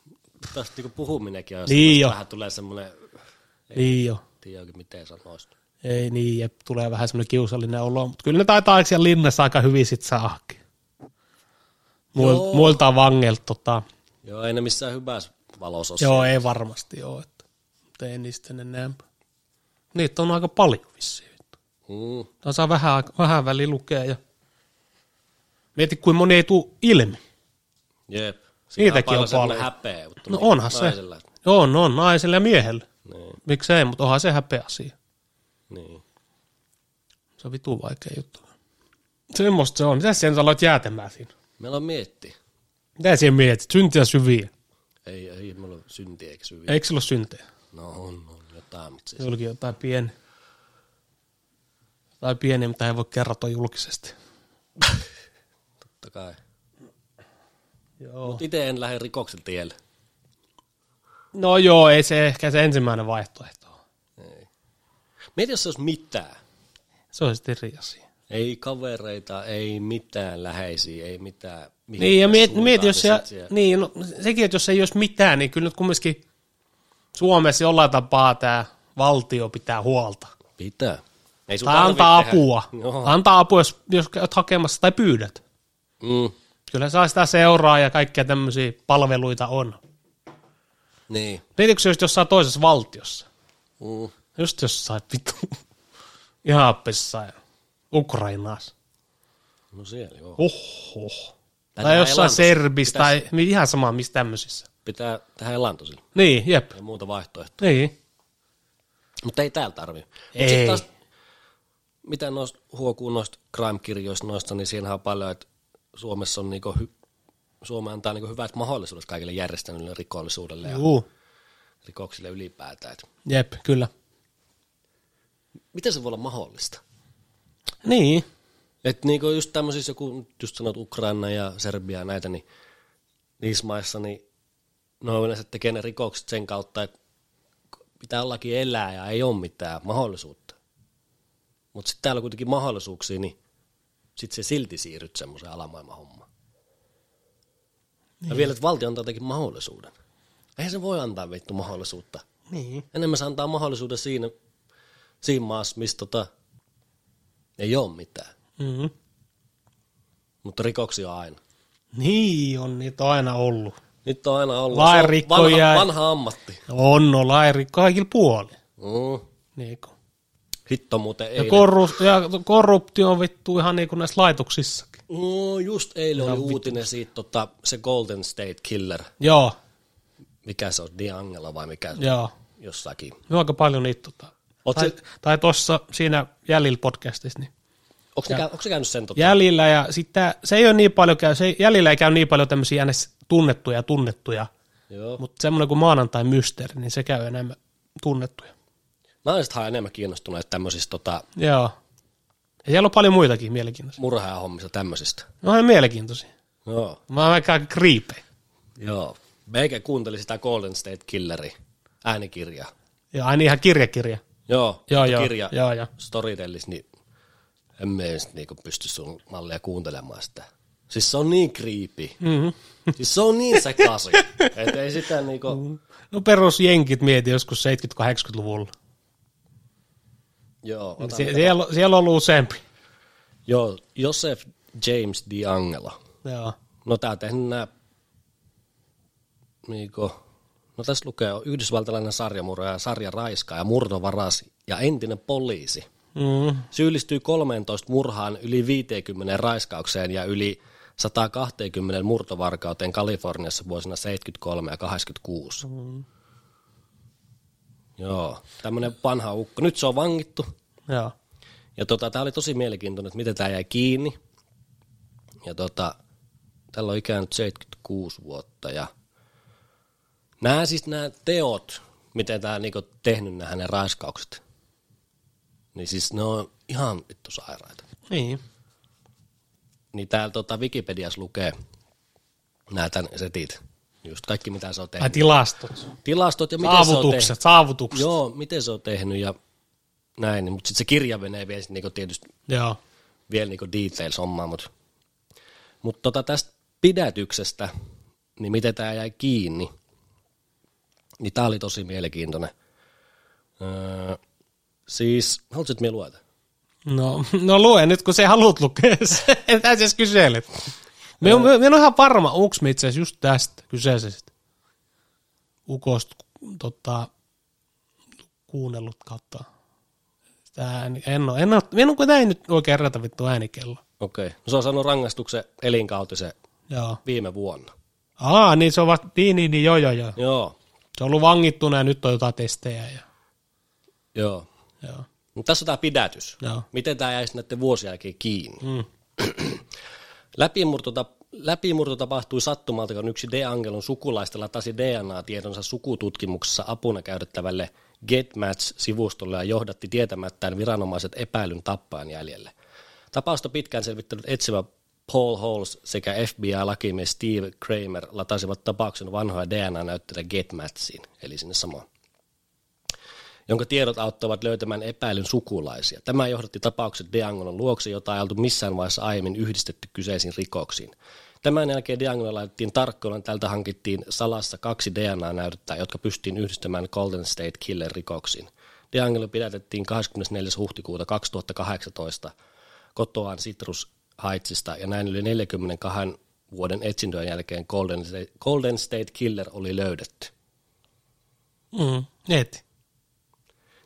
Speaker 1: Tästä niinku puhuminenkin on
Speaker 2: Niin
Speaker 1: niin
Speaker 2: jo.
Speaker 1: vähän tulee semmoinen,
Speaker 2: Niin jo.
Speaker 1: tiedä oikein miten sanoisi.
Speaker 2: Ei niin, jep, tulee vähän semmoinen kiusallinen olo, mutta kyllä ne taitaa aika siellä linnassa aika hyvin sit saakin.
Speaker 1: Joo.
Speaker 2: Muil, muilta vangeilta tota,
Speaker 1: Joo, ei ne missään hyvässä valossa ole
Speaker 2: Joo, ei varmasti ole. Että, mutta ei niistä en enää. Niitä on aika paljon vissiin.
Speaker 1: Mm,
Speaker 2: Tää saa vähän, aika- vähän väli lukea ja mieti, kuin moni ei tule ilmi.
Speaker 1: jep.
Speaker 2: Niitäkin on
Speaker 1: semmoinen
Speaker 2: paljon.
Speaker 1: häpeä. mutta
Speaker 2: No
Speaker 1: niinku
Speaker 2: onhan se.
Speaker 1: naisella.
Speaker 2: Joo, no on naiselle ja miehelle.
Speaker 1: Niin,
Speaker 2: Miksei, mutta onhan se häpeä asia.
Speaker 1: niin.
Speaker 2: Se on vitu vaikea juttu. Semmosta se on. Mitä siihen aloit jäätämään siinä?
Speaker 1: Meillä on mietti.
Speaker 2: Mitä siihen mietit? Syntiä syviä.
Speaker 1: Ei, ei meillä ole syntiä eikä syviä.
Speaker 2: Eikö sillä ole syntejä?
Speaker 1: No on, on jotain, mutta siis.
Speaker 2: Se olikin jotain pieni. Jotain pieniä, mitä ei voi kertoa julkisesti.
Speaker 1: Totta kai.
Speaker 2: Joo.
Speaker 1: Mut ite en lähde rikoksen tielle.
Speaker 2: No joo, ei se ehkä se ensimmäinen vaihtoehto ole.
Speaker 1: Mieti, jos se olisi mitään.
Speaker 2: Se on sitten eri asia.
Speaker 1: Ei kavereita, ei mitään läheisiä, ei mitään. mihin
Speaker 2: Niin, ja mieti,
Speaker 1: suuntaan,
Speaker 2: mieti jos
Speaker 1: niin
Speaker 2: se,
Speaker 1: sit siellä-
Speaker 2: niin, no, sekin, että jos ei olisi mitään, niin kyllä nyt kumminkin Suomessa jollain tapaa tämä valtio pitää huolta.
Speaker 1: Pitää. Ei sun
Speaker 2: Tai
Speaker 1: tarvii
Speaker 2: antaa
Speaker 1: tehdä.
Speaker 2: apua.
Speaker 1: Joo.
Speaker 2: Antaa apua, jos, jos olet hakemassa tai pyydät.
Speaker 1: Mm,
Speaker 2: Kyllä saa sitä seuraa ja kaikkia tämmöisiä palveluita on.
Speaker 1: niin.
Speaker 2: Mietitkö se just jossain toisessa valtiossa?
Speaker 1: Mm,
Speaker 2: Just jossain vittu. Ihan appissa. Ukrainassa.
Speaker 1: no siellä joo.
Speaker 2: Oho.
Speaker 1: Tai
Speaker 2: Tai,
Speaker 1: tehdä
Speaker 2: tai jossain
Speaker 1: elantosta.
Speaker 2: Serbis tai niin ihan sama missä tämmöisissä.
Speaker 1: Pitää tehdä elanto sille.
Speaker 2: Niin, jep.
Speaker 1: Ei muuta vaihtoehtoa.
Speaker 2: Niin.
Speaker 1: Mutta ei täällä tarvi. Mut sit
Speaker 2: Ei.
Speaker 1: taas, mitä noista huokuu noista crime-kirjoista noista, niin siinähän on paljon, että Suomessa on niinku hy- Suomi antaa niinku hyvät mahdollisuudet kaikille järjestäneille rikollisuudelle ja
Speaker 2: Juu.
Speaker 1: rikoksille ylipäätään. Et
Speaker 2: Jep, kyllä.
Speaker 1: miten se voi olla mahdollista?
Speaker 2: Niin.
Speaker 1: Että niinku just tämmöisissä, kun just sanot Ukraina ja Serbia ja näitä, niin niissä maissa, niin ne on yleensä tekee ne rikokset sen kautta, että pitää ollakin elää ja ei ole mitään mahdollisuutta. Mutta sitten täällä on kuitenkin mahdollisuuksia, niin sitten se silti siirryt semmoiseen alamaailman hommaan. Niin. Ja vielä, että valtio antaa jotenkin mahdollisuuden. Eihän se voi antaa vittu mahdollisuutta.
Speaker 2: Niin.
Speaker 1: Enemmän se antaa mahdollisuuden siinä, siinä maassa, missä tota, ei ole mitään.
Speaker 2: Mm-hmm.
Speaker 1: Mutta rikoksia on aina.
Speaker 2: Niin on niitä aina ollut.
Speaker 1: Nyt on aina ollut.
Speaker 2: Lainrikkoja
Speaker 1: Se on
Speaker 2: ja-
Speaker 1: vanha, vanha ammatti.
Speaker 2: On, no lairi kaikilla puolin.
Speaker 1: Mm.
Speaker 2: Niin kuin.
Speaker 1: Hitto muuten
Speaker 2: Ja,
Speaker 1: eilen.
Speaker 2: korru- ja korruptio on vittu ihan niin kuin näissä laitoksissakin.
Speaker 1: no, just eilen oli uutinen siitä, tota, se Golden State Killer.
Speaker 2: Joo,
Speaker 1: Mikä se on, D'Angelo vai mikä se on?
Speaker 2: joo.
Speaker 1: Jossakin.
Speaker 2: Me on aika paljon niitä tota.
Speaker 1: Oot
Speaker 2: Tai,
Speaker 1: se-
Speaker 2: tai tuossa siinä Jäljillä podcastissa. Niin.
Speaker 1: Onko se, kä- onko se käynyt sen tota?
Speaker 2: Jäljillä ja sitten se ei ole niin paljon käy, se ei, Jäljillä ei käy niin paljon tämmöisiä ns. tunnettuja ja tunnettuja,
Speaker 1: Joo. Mut.
Speaker 2: mutta semmoinen kuin maanantai mysteeri, niin se käy enemmän tunnettuja.
Speaker 1: Naiset on enemmän kiinnostuneet tämmöisistä tota,
Speaker 2: Joo. Ja siellä on paljon muitakin mielenkiintoisia.
Speaker 1: murhaa hommista tämmöisistä.
Speaker 2: No on mielenkiintoisia.
Speaker 1: Joo.
Speaker 2: Mä oon aika kriipejä.
Speaker 1: Joo. Meikä kuunteli sitä Golden State Killeria äänikirjaa.
Speaker 2: Ja aina ihan kirjakirja.
Speaker 1: Joo,
Speaker 2: Joo,
Speaker 1: sitä
Speaker 2: joo,
Speaker 1: kirja
Speaker 2: joo, joo.
Speaker 1: Storytellis, niin en mä edes niinku pysty sun mallia kuuntelemaan sitä. Siis se on niin creepy.
Speaker 2: Mm-hmm.
Speaker 1: Siis se on niin sekasi, että ei sitä niinku,
Speaker 2: No perusjenkit mieti joskus 70-80-luvulla.
Speaker 1: joo, ota,
Speaker 2: Sie- siellä, siellä on ollut useampi.
Speaker 1: joo, Joseph James D'Angelo.
Speaker 2: Joo.
Speaker 1: No tää on tehnyt nää, niinku, no tässä lukee, on yhdysvaltalainen sarjamurhaaja, sarjaraiskaaja, ja murtovaras ja entinen poliisi.
Speaker 2: Mm.
Speaker 1: syyllistyy 13 murhaan, yli 50 raiskaukseen ja yli 120 murtovarkauteen Kaliforniassa vuosina 73 ja 86. Mm. Joo, tämmöinen vanha ukko. Nyt se on vangittu.
Speaker 2: Joo.
Speaker 1: Ja tota, tämä oli tosi mielenkiintoinen, että miten tämä jäi kiinni. Ja tota, tällä on ikään nyt 76 vuotta. Ja nämä siis nämä teot, miten tämä on niinku tehnyt nämä hänen raiskaukset, niin siis ne on ihan vittu sairaita.
Speaker 2: Niin.
Speaker 1: Niin täällä tota Wikipediassa lukee nämä tämän setit. Just kaikki, mitä se on
Speaker 2: Tai
Speaker 1: tehnyt.
Speaker 2: tilastot.
Speaker 1: Tilastot ja miten se on tehnyt.
Speaker 2: Saavutukset, saavutukset.
Speaker 1: Joo, miten se on tehnyt ja näin. Mutta sitten se kirja menee vielä sit niinku tietysti
Speaker 2: Joo.
Speaker 1: vielä niinku details hommaa, mutta mut tota tästä pidätyksestä, niin miten tämä jäi kiinni, niin tämä oli tosi mielenkiintoinen. Öö, siis, haluatko, että minä luen tän?
Speaker 2: No, no lue nyt, kun sä haluat lukea sen. Sä siis kyselet. Me on, me, me on ihan varma, onks me itse asiassa just tästä kyseisestä ukosta tota, kuunnellut kautta. Tää, en, en, oo- en, oo- en, en, en, en nyt oikein rata vittu äänikello.
Speaker 1: Okei. No, se on saanut rangaistuksen elinkautisen
Speaker 2: Joo.
Speaker 1: viime vuonna.
Speaker 2: Aa, niin se on vasta, niin, niin, niin joo, joo, joo.
Speaker 1: Joo,
Speaker 2: Se on ollut vangittuna ja nyt on jotain testejä. Ja,
Speaker 1: joo.
Speaker 2: joo.
Speaker 1: Mut tässä on tämä pidätys.
Speaker 2: Joo.
Speaker 1: Miten tämä jäisi näiden vuosien jälkeen kiinni?
Speaker 2: Mm.
Speaker 1: Läpimurto, tap- läpimurto tapahtui sattumalta, kun yksi D-Angelon sukulaista latasi DNA-tietonsa sukututkimuksessa apuna käytettävälle GetMatch-sivustolle ja johdatti tietämättään viranomaiset epäilyn tappajan jäljelle. Tapausta pitkään selvittänyt etsivä Paul Halls sekä FBI-lakimies Steve Kramer latasivat tapauksen vanhoja DNA-näytteitä GetMatchiin, eli sinne samaan jonka tiedot auttavat löytämään epäilyn sukulaisia. Tämä johdatti tapaukset Deangonon luokse, jota ei oltu missään vaiheessa aiemmin yhdistetty kyseisiin rikoksiin. Tämän jälkeen Deangonon laitettiin tarkkoon, tältä hankittiin salassa kaksi DNA-näytettä, jotka pystyttiin yhdistämään Golden State Killer rikoksiin. Deangelo pidätettiin 24. huhtikuuta 2018 kotoaan Citrus Heightsista ja näin yli 42 vuoden etsintöjen jälkeen Golden State, Golden State Killer oli löydetty.
Speaker 2: Mm. Neeti.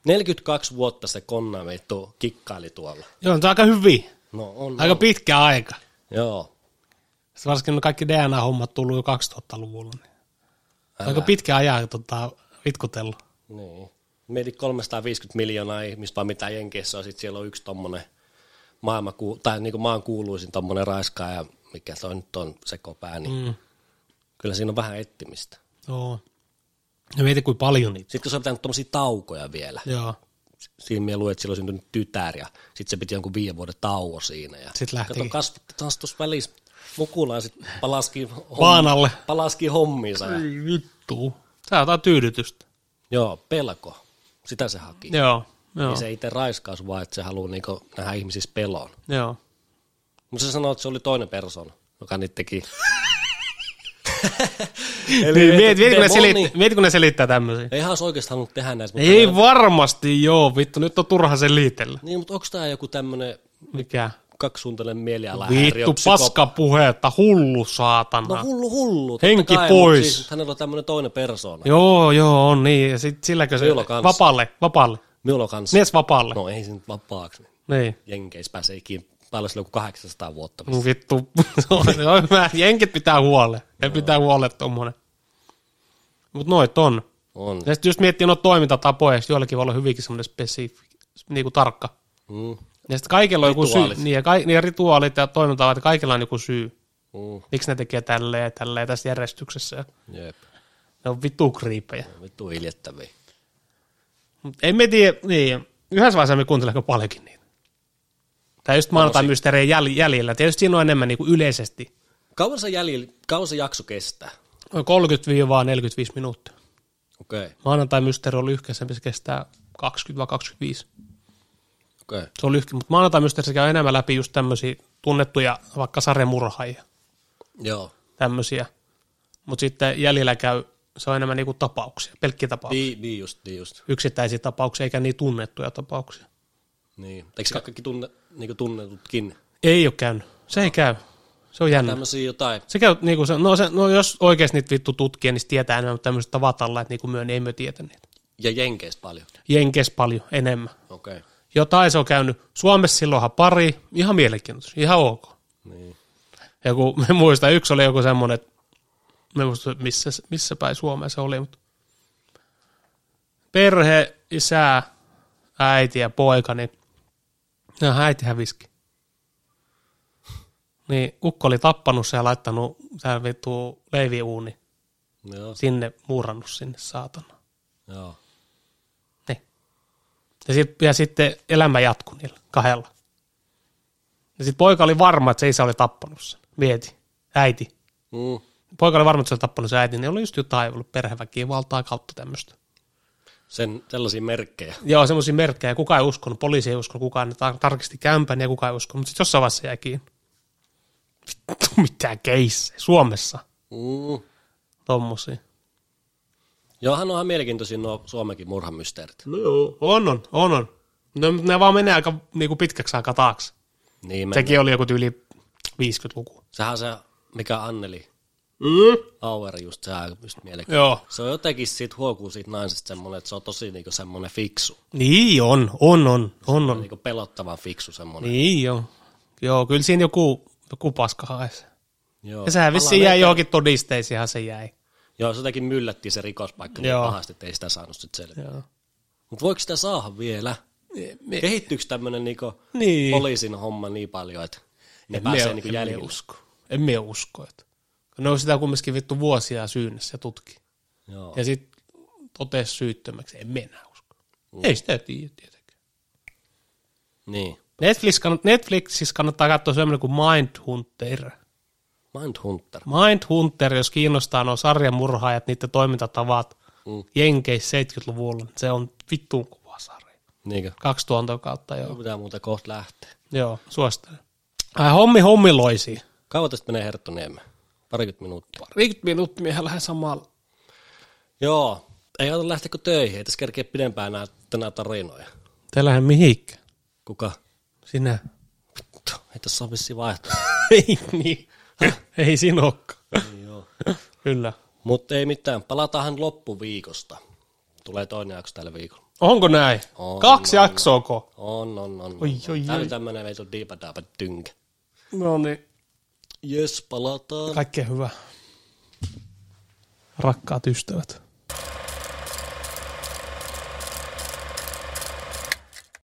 Speaker 1: 42 vuotta se konna vittu kikkaili tuolla.
Speaker 2: Joo, se on aika hyvin.
Speaker 1: No on.
Speaker 2: Aika pitkä aika.
Speaker 1: Joo.
Speaker 2: Sitten varsinkin on kaikki DNA-hommat tullut jo 2000-luvulla. Niin. Aika pitkä ajan tota, vitkutellut.
Speaker 1: Niin. Mieti 350 miljoonaa ihmistä, vaan mitä Jenkeissä on, sit siellä on yksi tommonen maailma, tai niinku maan kuuluisin tommonen raiskaaja, mikä toi nyt on sekopää, niin
Speaker 2: Mm.
Speaker 1: kyllä siinä on vähän ettimistä.
Speaker 2: Joo. Ja mieti, kuinka paljon niitä.
Speaker 1: Sitten kun se on pitänyt tommosia taukoja vielä,
Speaker 2: Joo.
Speaker 1: siinä minä luin, että sillä on syntynyt tytär ja sitten se piti jonkun viiden vuoden tauon siinä. Ja
Speaker 2: Sit lähtikin.
Speaker 1: Kato, kasvatti taas tuossa välissä mukulaan sitten palaski, homm,
Speaker 2: Paanalle.
Speaker 1: palaski hommiinsa. Ja,
Speaker 2: Ei vittu. Tää on jotain tyydytystä.
Speaker 1: joo, pelko. Sitä se haki.
Speaker 2: Joo,
Speaker 1: Ei
Speaker 2: joo,
Speaker 1: se itse raiskaus, vaan että se haluaa niinku nähdä ihmisissä pelon.
Speaker 2: joo.
Speaker 1: Mutta se sanoi, että se oli toinen persoona, joka niitä teki.
Speaker 2: Niin, Mieti, mieti, kun ne
Speaker 1: demoni.
Speaker 2: selittää, mieti, kun ne selittää tämmöisiä.
Speaker 1: Eihän se oikeasti halunnut tehdä näitä. Mutta
Speaker 2: Ei varmasti joo, vittu, nyt on turha se liitellä.
Speaker 1: Niin, mutta onko tämä joku tämmöinen
Speaker 2: Mikä?
Speaker 1: kaksisuuntainen mielialahäiriö?
Speaker 2: Vittu,
Speaker 1: psyko-
Speaker 2: paska puhetta, hullu
Speaker 1: No
Speaker 2: saatana.
Speaker 1: hullu hullu. totta
Speaker 2: Henki
Speaker 1: kai,
Speaker 2: pois.
Speaker 1: mut Siis, hänellä on tämmöinen toinen persoona.
Speaker 2: Joo, joo, on niin. Ja sit silläkö se...
Speaker 1: Minulla kans.
Speaker 2: Vapaalle, vapaalle.
Speaker 1: Minulla on kanssa.
Speaker 2: Mies vapaalle.
Speaker 1: No ei se nyt vapaaksi.
Speaker 2: Niin.
Speaker 1: Jenkeissä pääsee ikinä päälle silloin kuin 800 vuotta.
Speaker 2: Mun Vittu, se on, se on hyvä. jenkit pitää huole. Ne pitää huole tommonen. Mut noit on.
Speaker 1: On.
Speaker 2: Ja sit just miettii noita toimintatapoja, ja sit joillakin voi olla hyvinkin semmonen spesifi, niinku tarkka.
Speaker 1: Mm,
Speaker 2: Ja sit kaikilla on joku syy.
Speaker 1: Rituaalit.
Speaker 2: Niin ja, ka, niin ja rituaalit ja toimintatavat, kaikilla on joku syy.
Speaker 1: mm,
Speaker 2: Miksi ne tekee tälleen ja tälleen tässä järjestyksessä. Ja
Speaker 1: jep. No
Speaker 2: Ne on vittu kriipejä.
Speaker 1: Vittu iljettäviä.
Speaker 2: Mut en mä tiedä, niin. Yhdessä vaiheessa me kuuntelemme paljonkin niitä. Tai just maanantai mysteerejä jäl- jäljellä. Tietysti siinä on enemmän niinku yleisesti.
Speaker 1: Kauan se, jäljil, kauan se jakso kestää?
Speaker 2: Noin 30-45 minuuttia.
Speaker 1: Okei, okay,
Speaker 2: Maanantai mysteeri on lyhkäisempi, se kestää 20-25.
Speaker 1: okei. Okay.
Speaker 2: Se on lyhkä, mutta maanantai mysteeri se käy enemmän läpi just tämmöisiä tunnettuja vaikka sarjamurhaajia,
Speaker 1: Joo.
Speaker 2: tämmöisiä. Mutta sitten jäljellä käy, se on enemmän niinku tapauksia, pelkkiä tapauksia.
Speaker 1: Niin, niin just, niin just.
Speaker 2: Yksittäisiä tapauksia, eikä niin tunnettuja tapauksia.
Speaker 1: Niin. Eikö se kaikki tunne, niinku tunnetutkin?
Speaker 2: Ei ole käynyt, se ei käy, se on jännä.
Speaker 1: Tämmöisiä jotain.
Speaker 2: Se käy, niinku se, no, se, no, jos oikeasti niitä vittu tutkii, niin se tietää enemmän, mutta tämmöiset tavatalla, että niinku myön ei myö tietä niitä.
Speaker 1: Ja jenkeistä paljon.
Speaker 2: Jenkes paljon enemmän.
Speaker 1: Okei. Okay.
Speaker 2: Jotain se on käynyt. Suomessa silloinhan pari, ihan mielenkiintoista, ihan ok.
Speaker 1: Niin.
Speaker 2: Joku, me muistan, yksi oli joku semmoinen, että me muistan, missä, missä päin Suomea se oli, mutta perhe, isä, äiti ja poika, niin no, äiti häviski. Niin ukko oli tappanut sen ja laittanut tämän vittu leiviuuni
Speaker 1: Joo.
Speaker 2: sinne, muurannut sinne, saatana.
Speaker 1: Joo.
Speaker 2: Niin. Ja, sit, ja sitten elämä jatkui niillä kahdella. Ja sitten poika oli varma, että se isä oli tappanut sen. Mieti, äiti.
Speaker 1: Mm.
Speaker 2: Poika oli varma, että se oli tappanut sen äitin, niin oli just jotain ollut perheväkivaltaa kautta tämmöistä.
Speaker 1: Sen, sellaisia merkkejä.
Speaker 2: Joo, semmoisia merkkejä, kukaan ei uskonut, poliisi ei uskonut, kukaan ne tar- tarkisti kämpän ja kukaan ei uskonut, mutta sitten jossain vaiheessa se jäi kiinni. Vittu, mitä keissejä, Suomessa
Speaker 1: Mm.
Speaker 2: tommosia.
Speaker 1: Johan onhan mielenkiintoisia nuo Suomenkin murhamysteerit.
Speaker 2: No joo. On, on, on, on. No, mut ne vaan menee aika niinku pitkäksi aikaa taakse.
Speaker 1: Niin, me,
Speaker 2: Sekin oli joku tyyli 50-luku.
Speaker 1: sehän on se, mikä Anneli
Speaker 2: Mm.
Speaker 1: Auer just, sehän on just mielenkiintoinen.
Speaker 2: Joo.
Speaker 1: Se on jotenkin siitä huokuu siitä naisesta semmoinen, että se on tosi niinku semmoinen fiksu.
Speaker 2: Niin on, on, on, on, on.
Speaker 1: Niinku pelottavan fiksu semmoinen.
Speaker 2: Niin joo. Joo, kyllä siinä joku, joku paska haisi.
Speaker 1: Niin. Joo.
Speaker 2: Ja sehän vissiin
Speaker 1: Palaa
Speaker 2: jäi johonkin todisteisiinhan se jäi.
Speaker 1: Joo, se jotenkin myllättiin se rikospaikka niin
Speaker 2: Joo.
Speaker 1: pahasti, että ei sitä saanut sitten selviä.
Speaker 2: Joo.
Speaker 1: Mutta voiko sitä saada vielä? Kehittyykö tämmöinen niinku
Speaker 2: Niin.
Speaker 1: poliisin homma niin paljon, että ne
Speaker 2: mie-
Speaker 1: pääsee niinku
Speaker 2: en mie
Speaker 1: jäljille?
Speaker 2: usko. En mie usko. Että. Ne on sitä kumminkin vittu vuosia syynnässä ja tutki.
Speaker 1: Joo.
Speaker 2: Ja sitten totesi syyttömäksi. En minä usko.
Speaker 1: Mm.
Speaker 2: Ei sitä tiedä tietenkään.
Speaker 1: Niin.
Speaker 2: Netflix, kann- Netflixissä kannattaa katsoa semmoinen kuin Mindhunter.
Speaker 1: Mindhunter.
Speaker 2: Mindhunter, jos kiinnostaa nuo sarjamurhaajat, niiden toimintatavat
Speaker 1: Mm.
Speaker 2: Jenkeissä 70-luvulla, niin se on vittuun kuva sarja.
Speaker 1: Niinkö?
Speaker 2: 2000 kautta joo.
Speaker 1: Mun Pitää muuta kohta lähteä.
Speaker 2: Joo, suosittelen. Ai hommi hommiloisi.
Speaker 1: Kauan tästä menee Herttoniemeen? Parikymmentä minuuttia.
Speaker 2: 50 minuuttia miehän lähden samalla.
Speaker 1: Joo. Ei auta lähteekö töihin, ei tässä kerkeä pidempään nää, tänä tarinoja.
Speaker 2: Te lähden mihinkään.
Speaker 1: Kuka?
Speaker 2: Sinä.
Speaker 1: Vittu, ei tässä ole vissiin vaihtoa.
Speaker 2: Ei niin. Ei sinokka.
Speaker 1: Joo.
Speaker 2: Kyllä.
Speaker 1: Mutta ei mitään, palataanhan loppuviikosta. Tulee toinen jakso tällä viikolla.
Speaker 2: Onko näin?
Speaker 1: On,
Speaker 2: Kaksi
Speaker 1: on,
Speaker 2: jaksoako?
Speaker 1: On, on, on.
Speaker 2: Oi,
Speaker 1: on.
Speaker 2: oi,
Speaker 1: Tää
Speaker 2: oi.
Speaker 1: oli tämmönen veitun diipadaapa tynkä.
Speaker 2: No niin.
Speaker 1: Jes, palataan.
Speaker 2: Kaikkea hyvää. Rakkaat ystävät.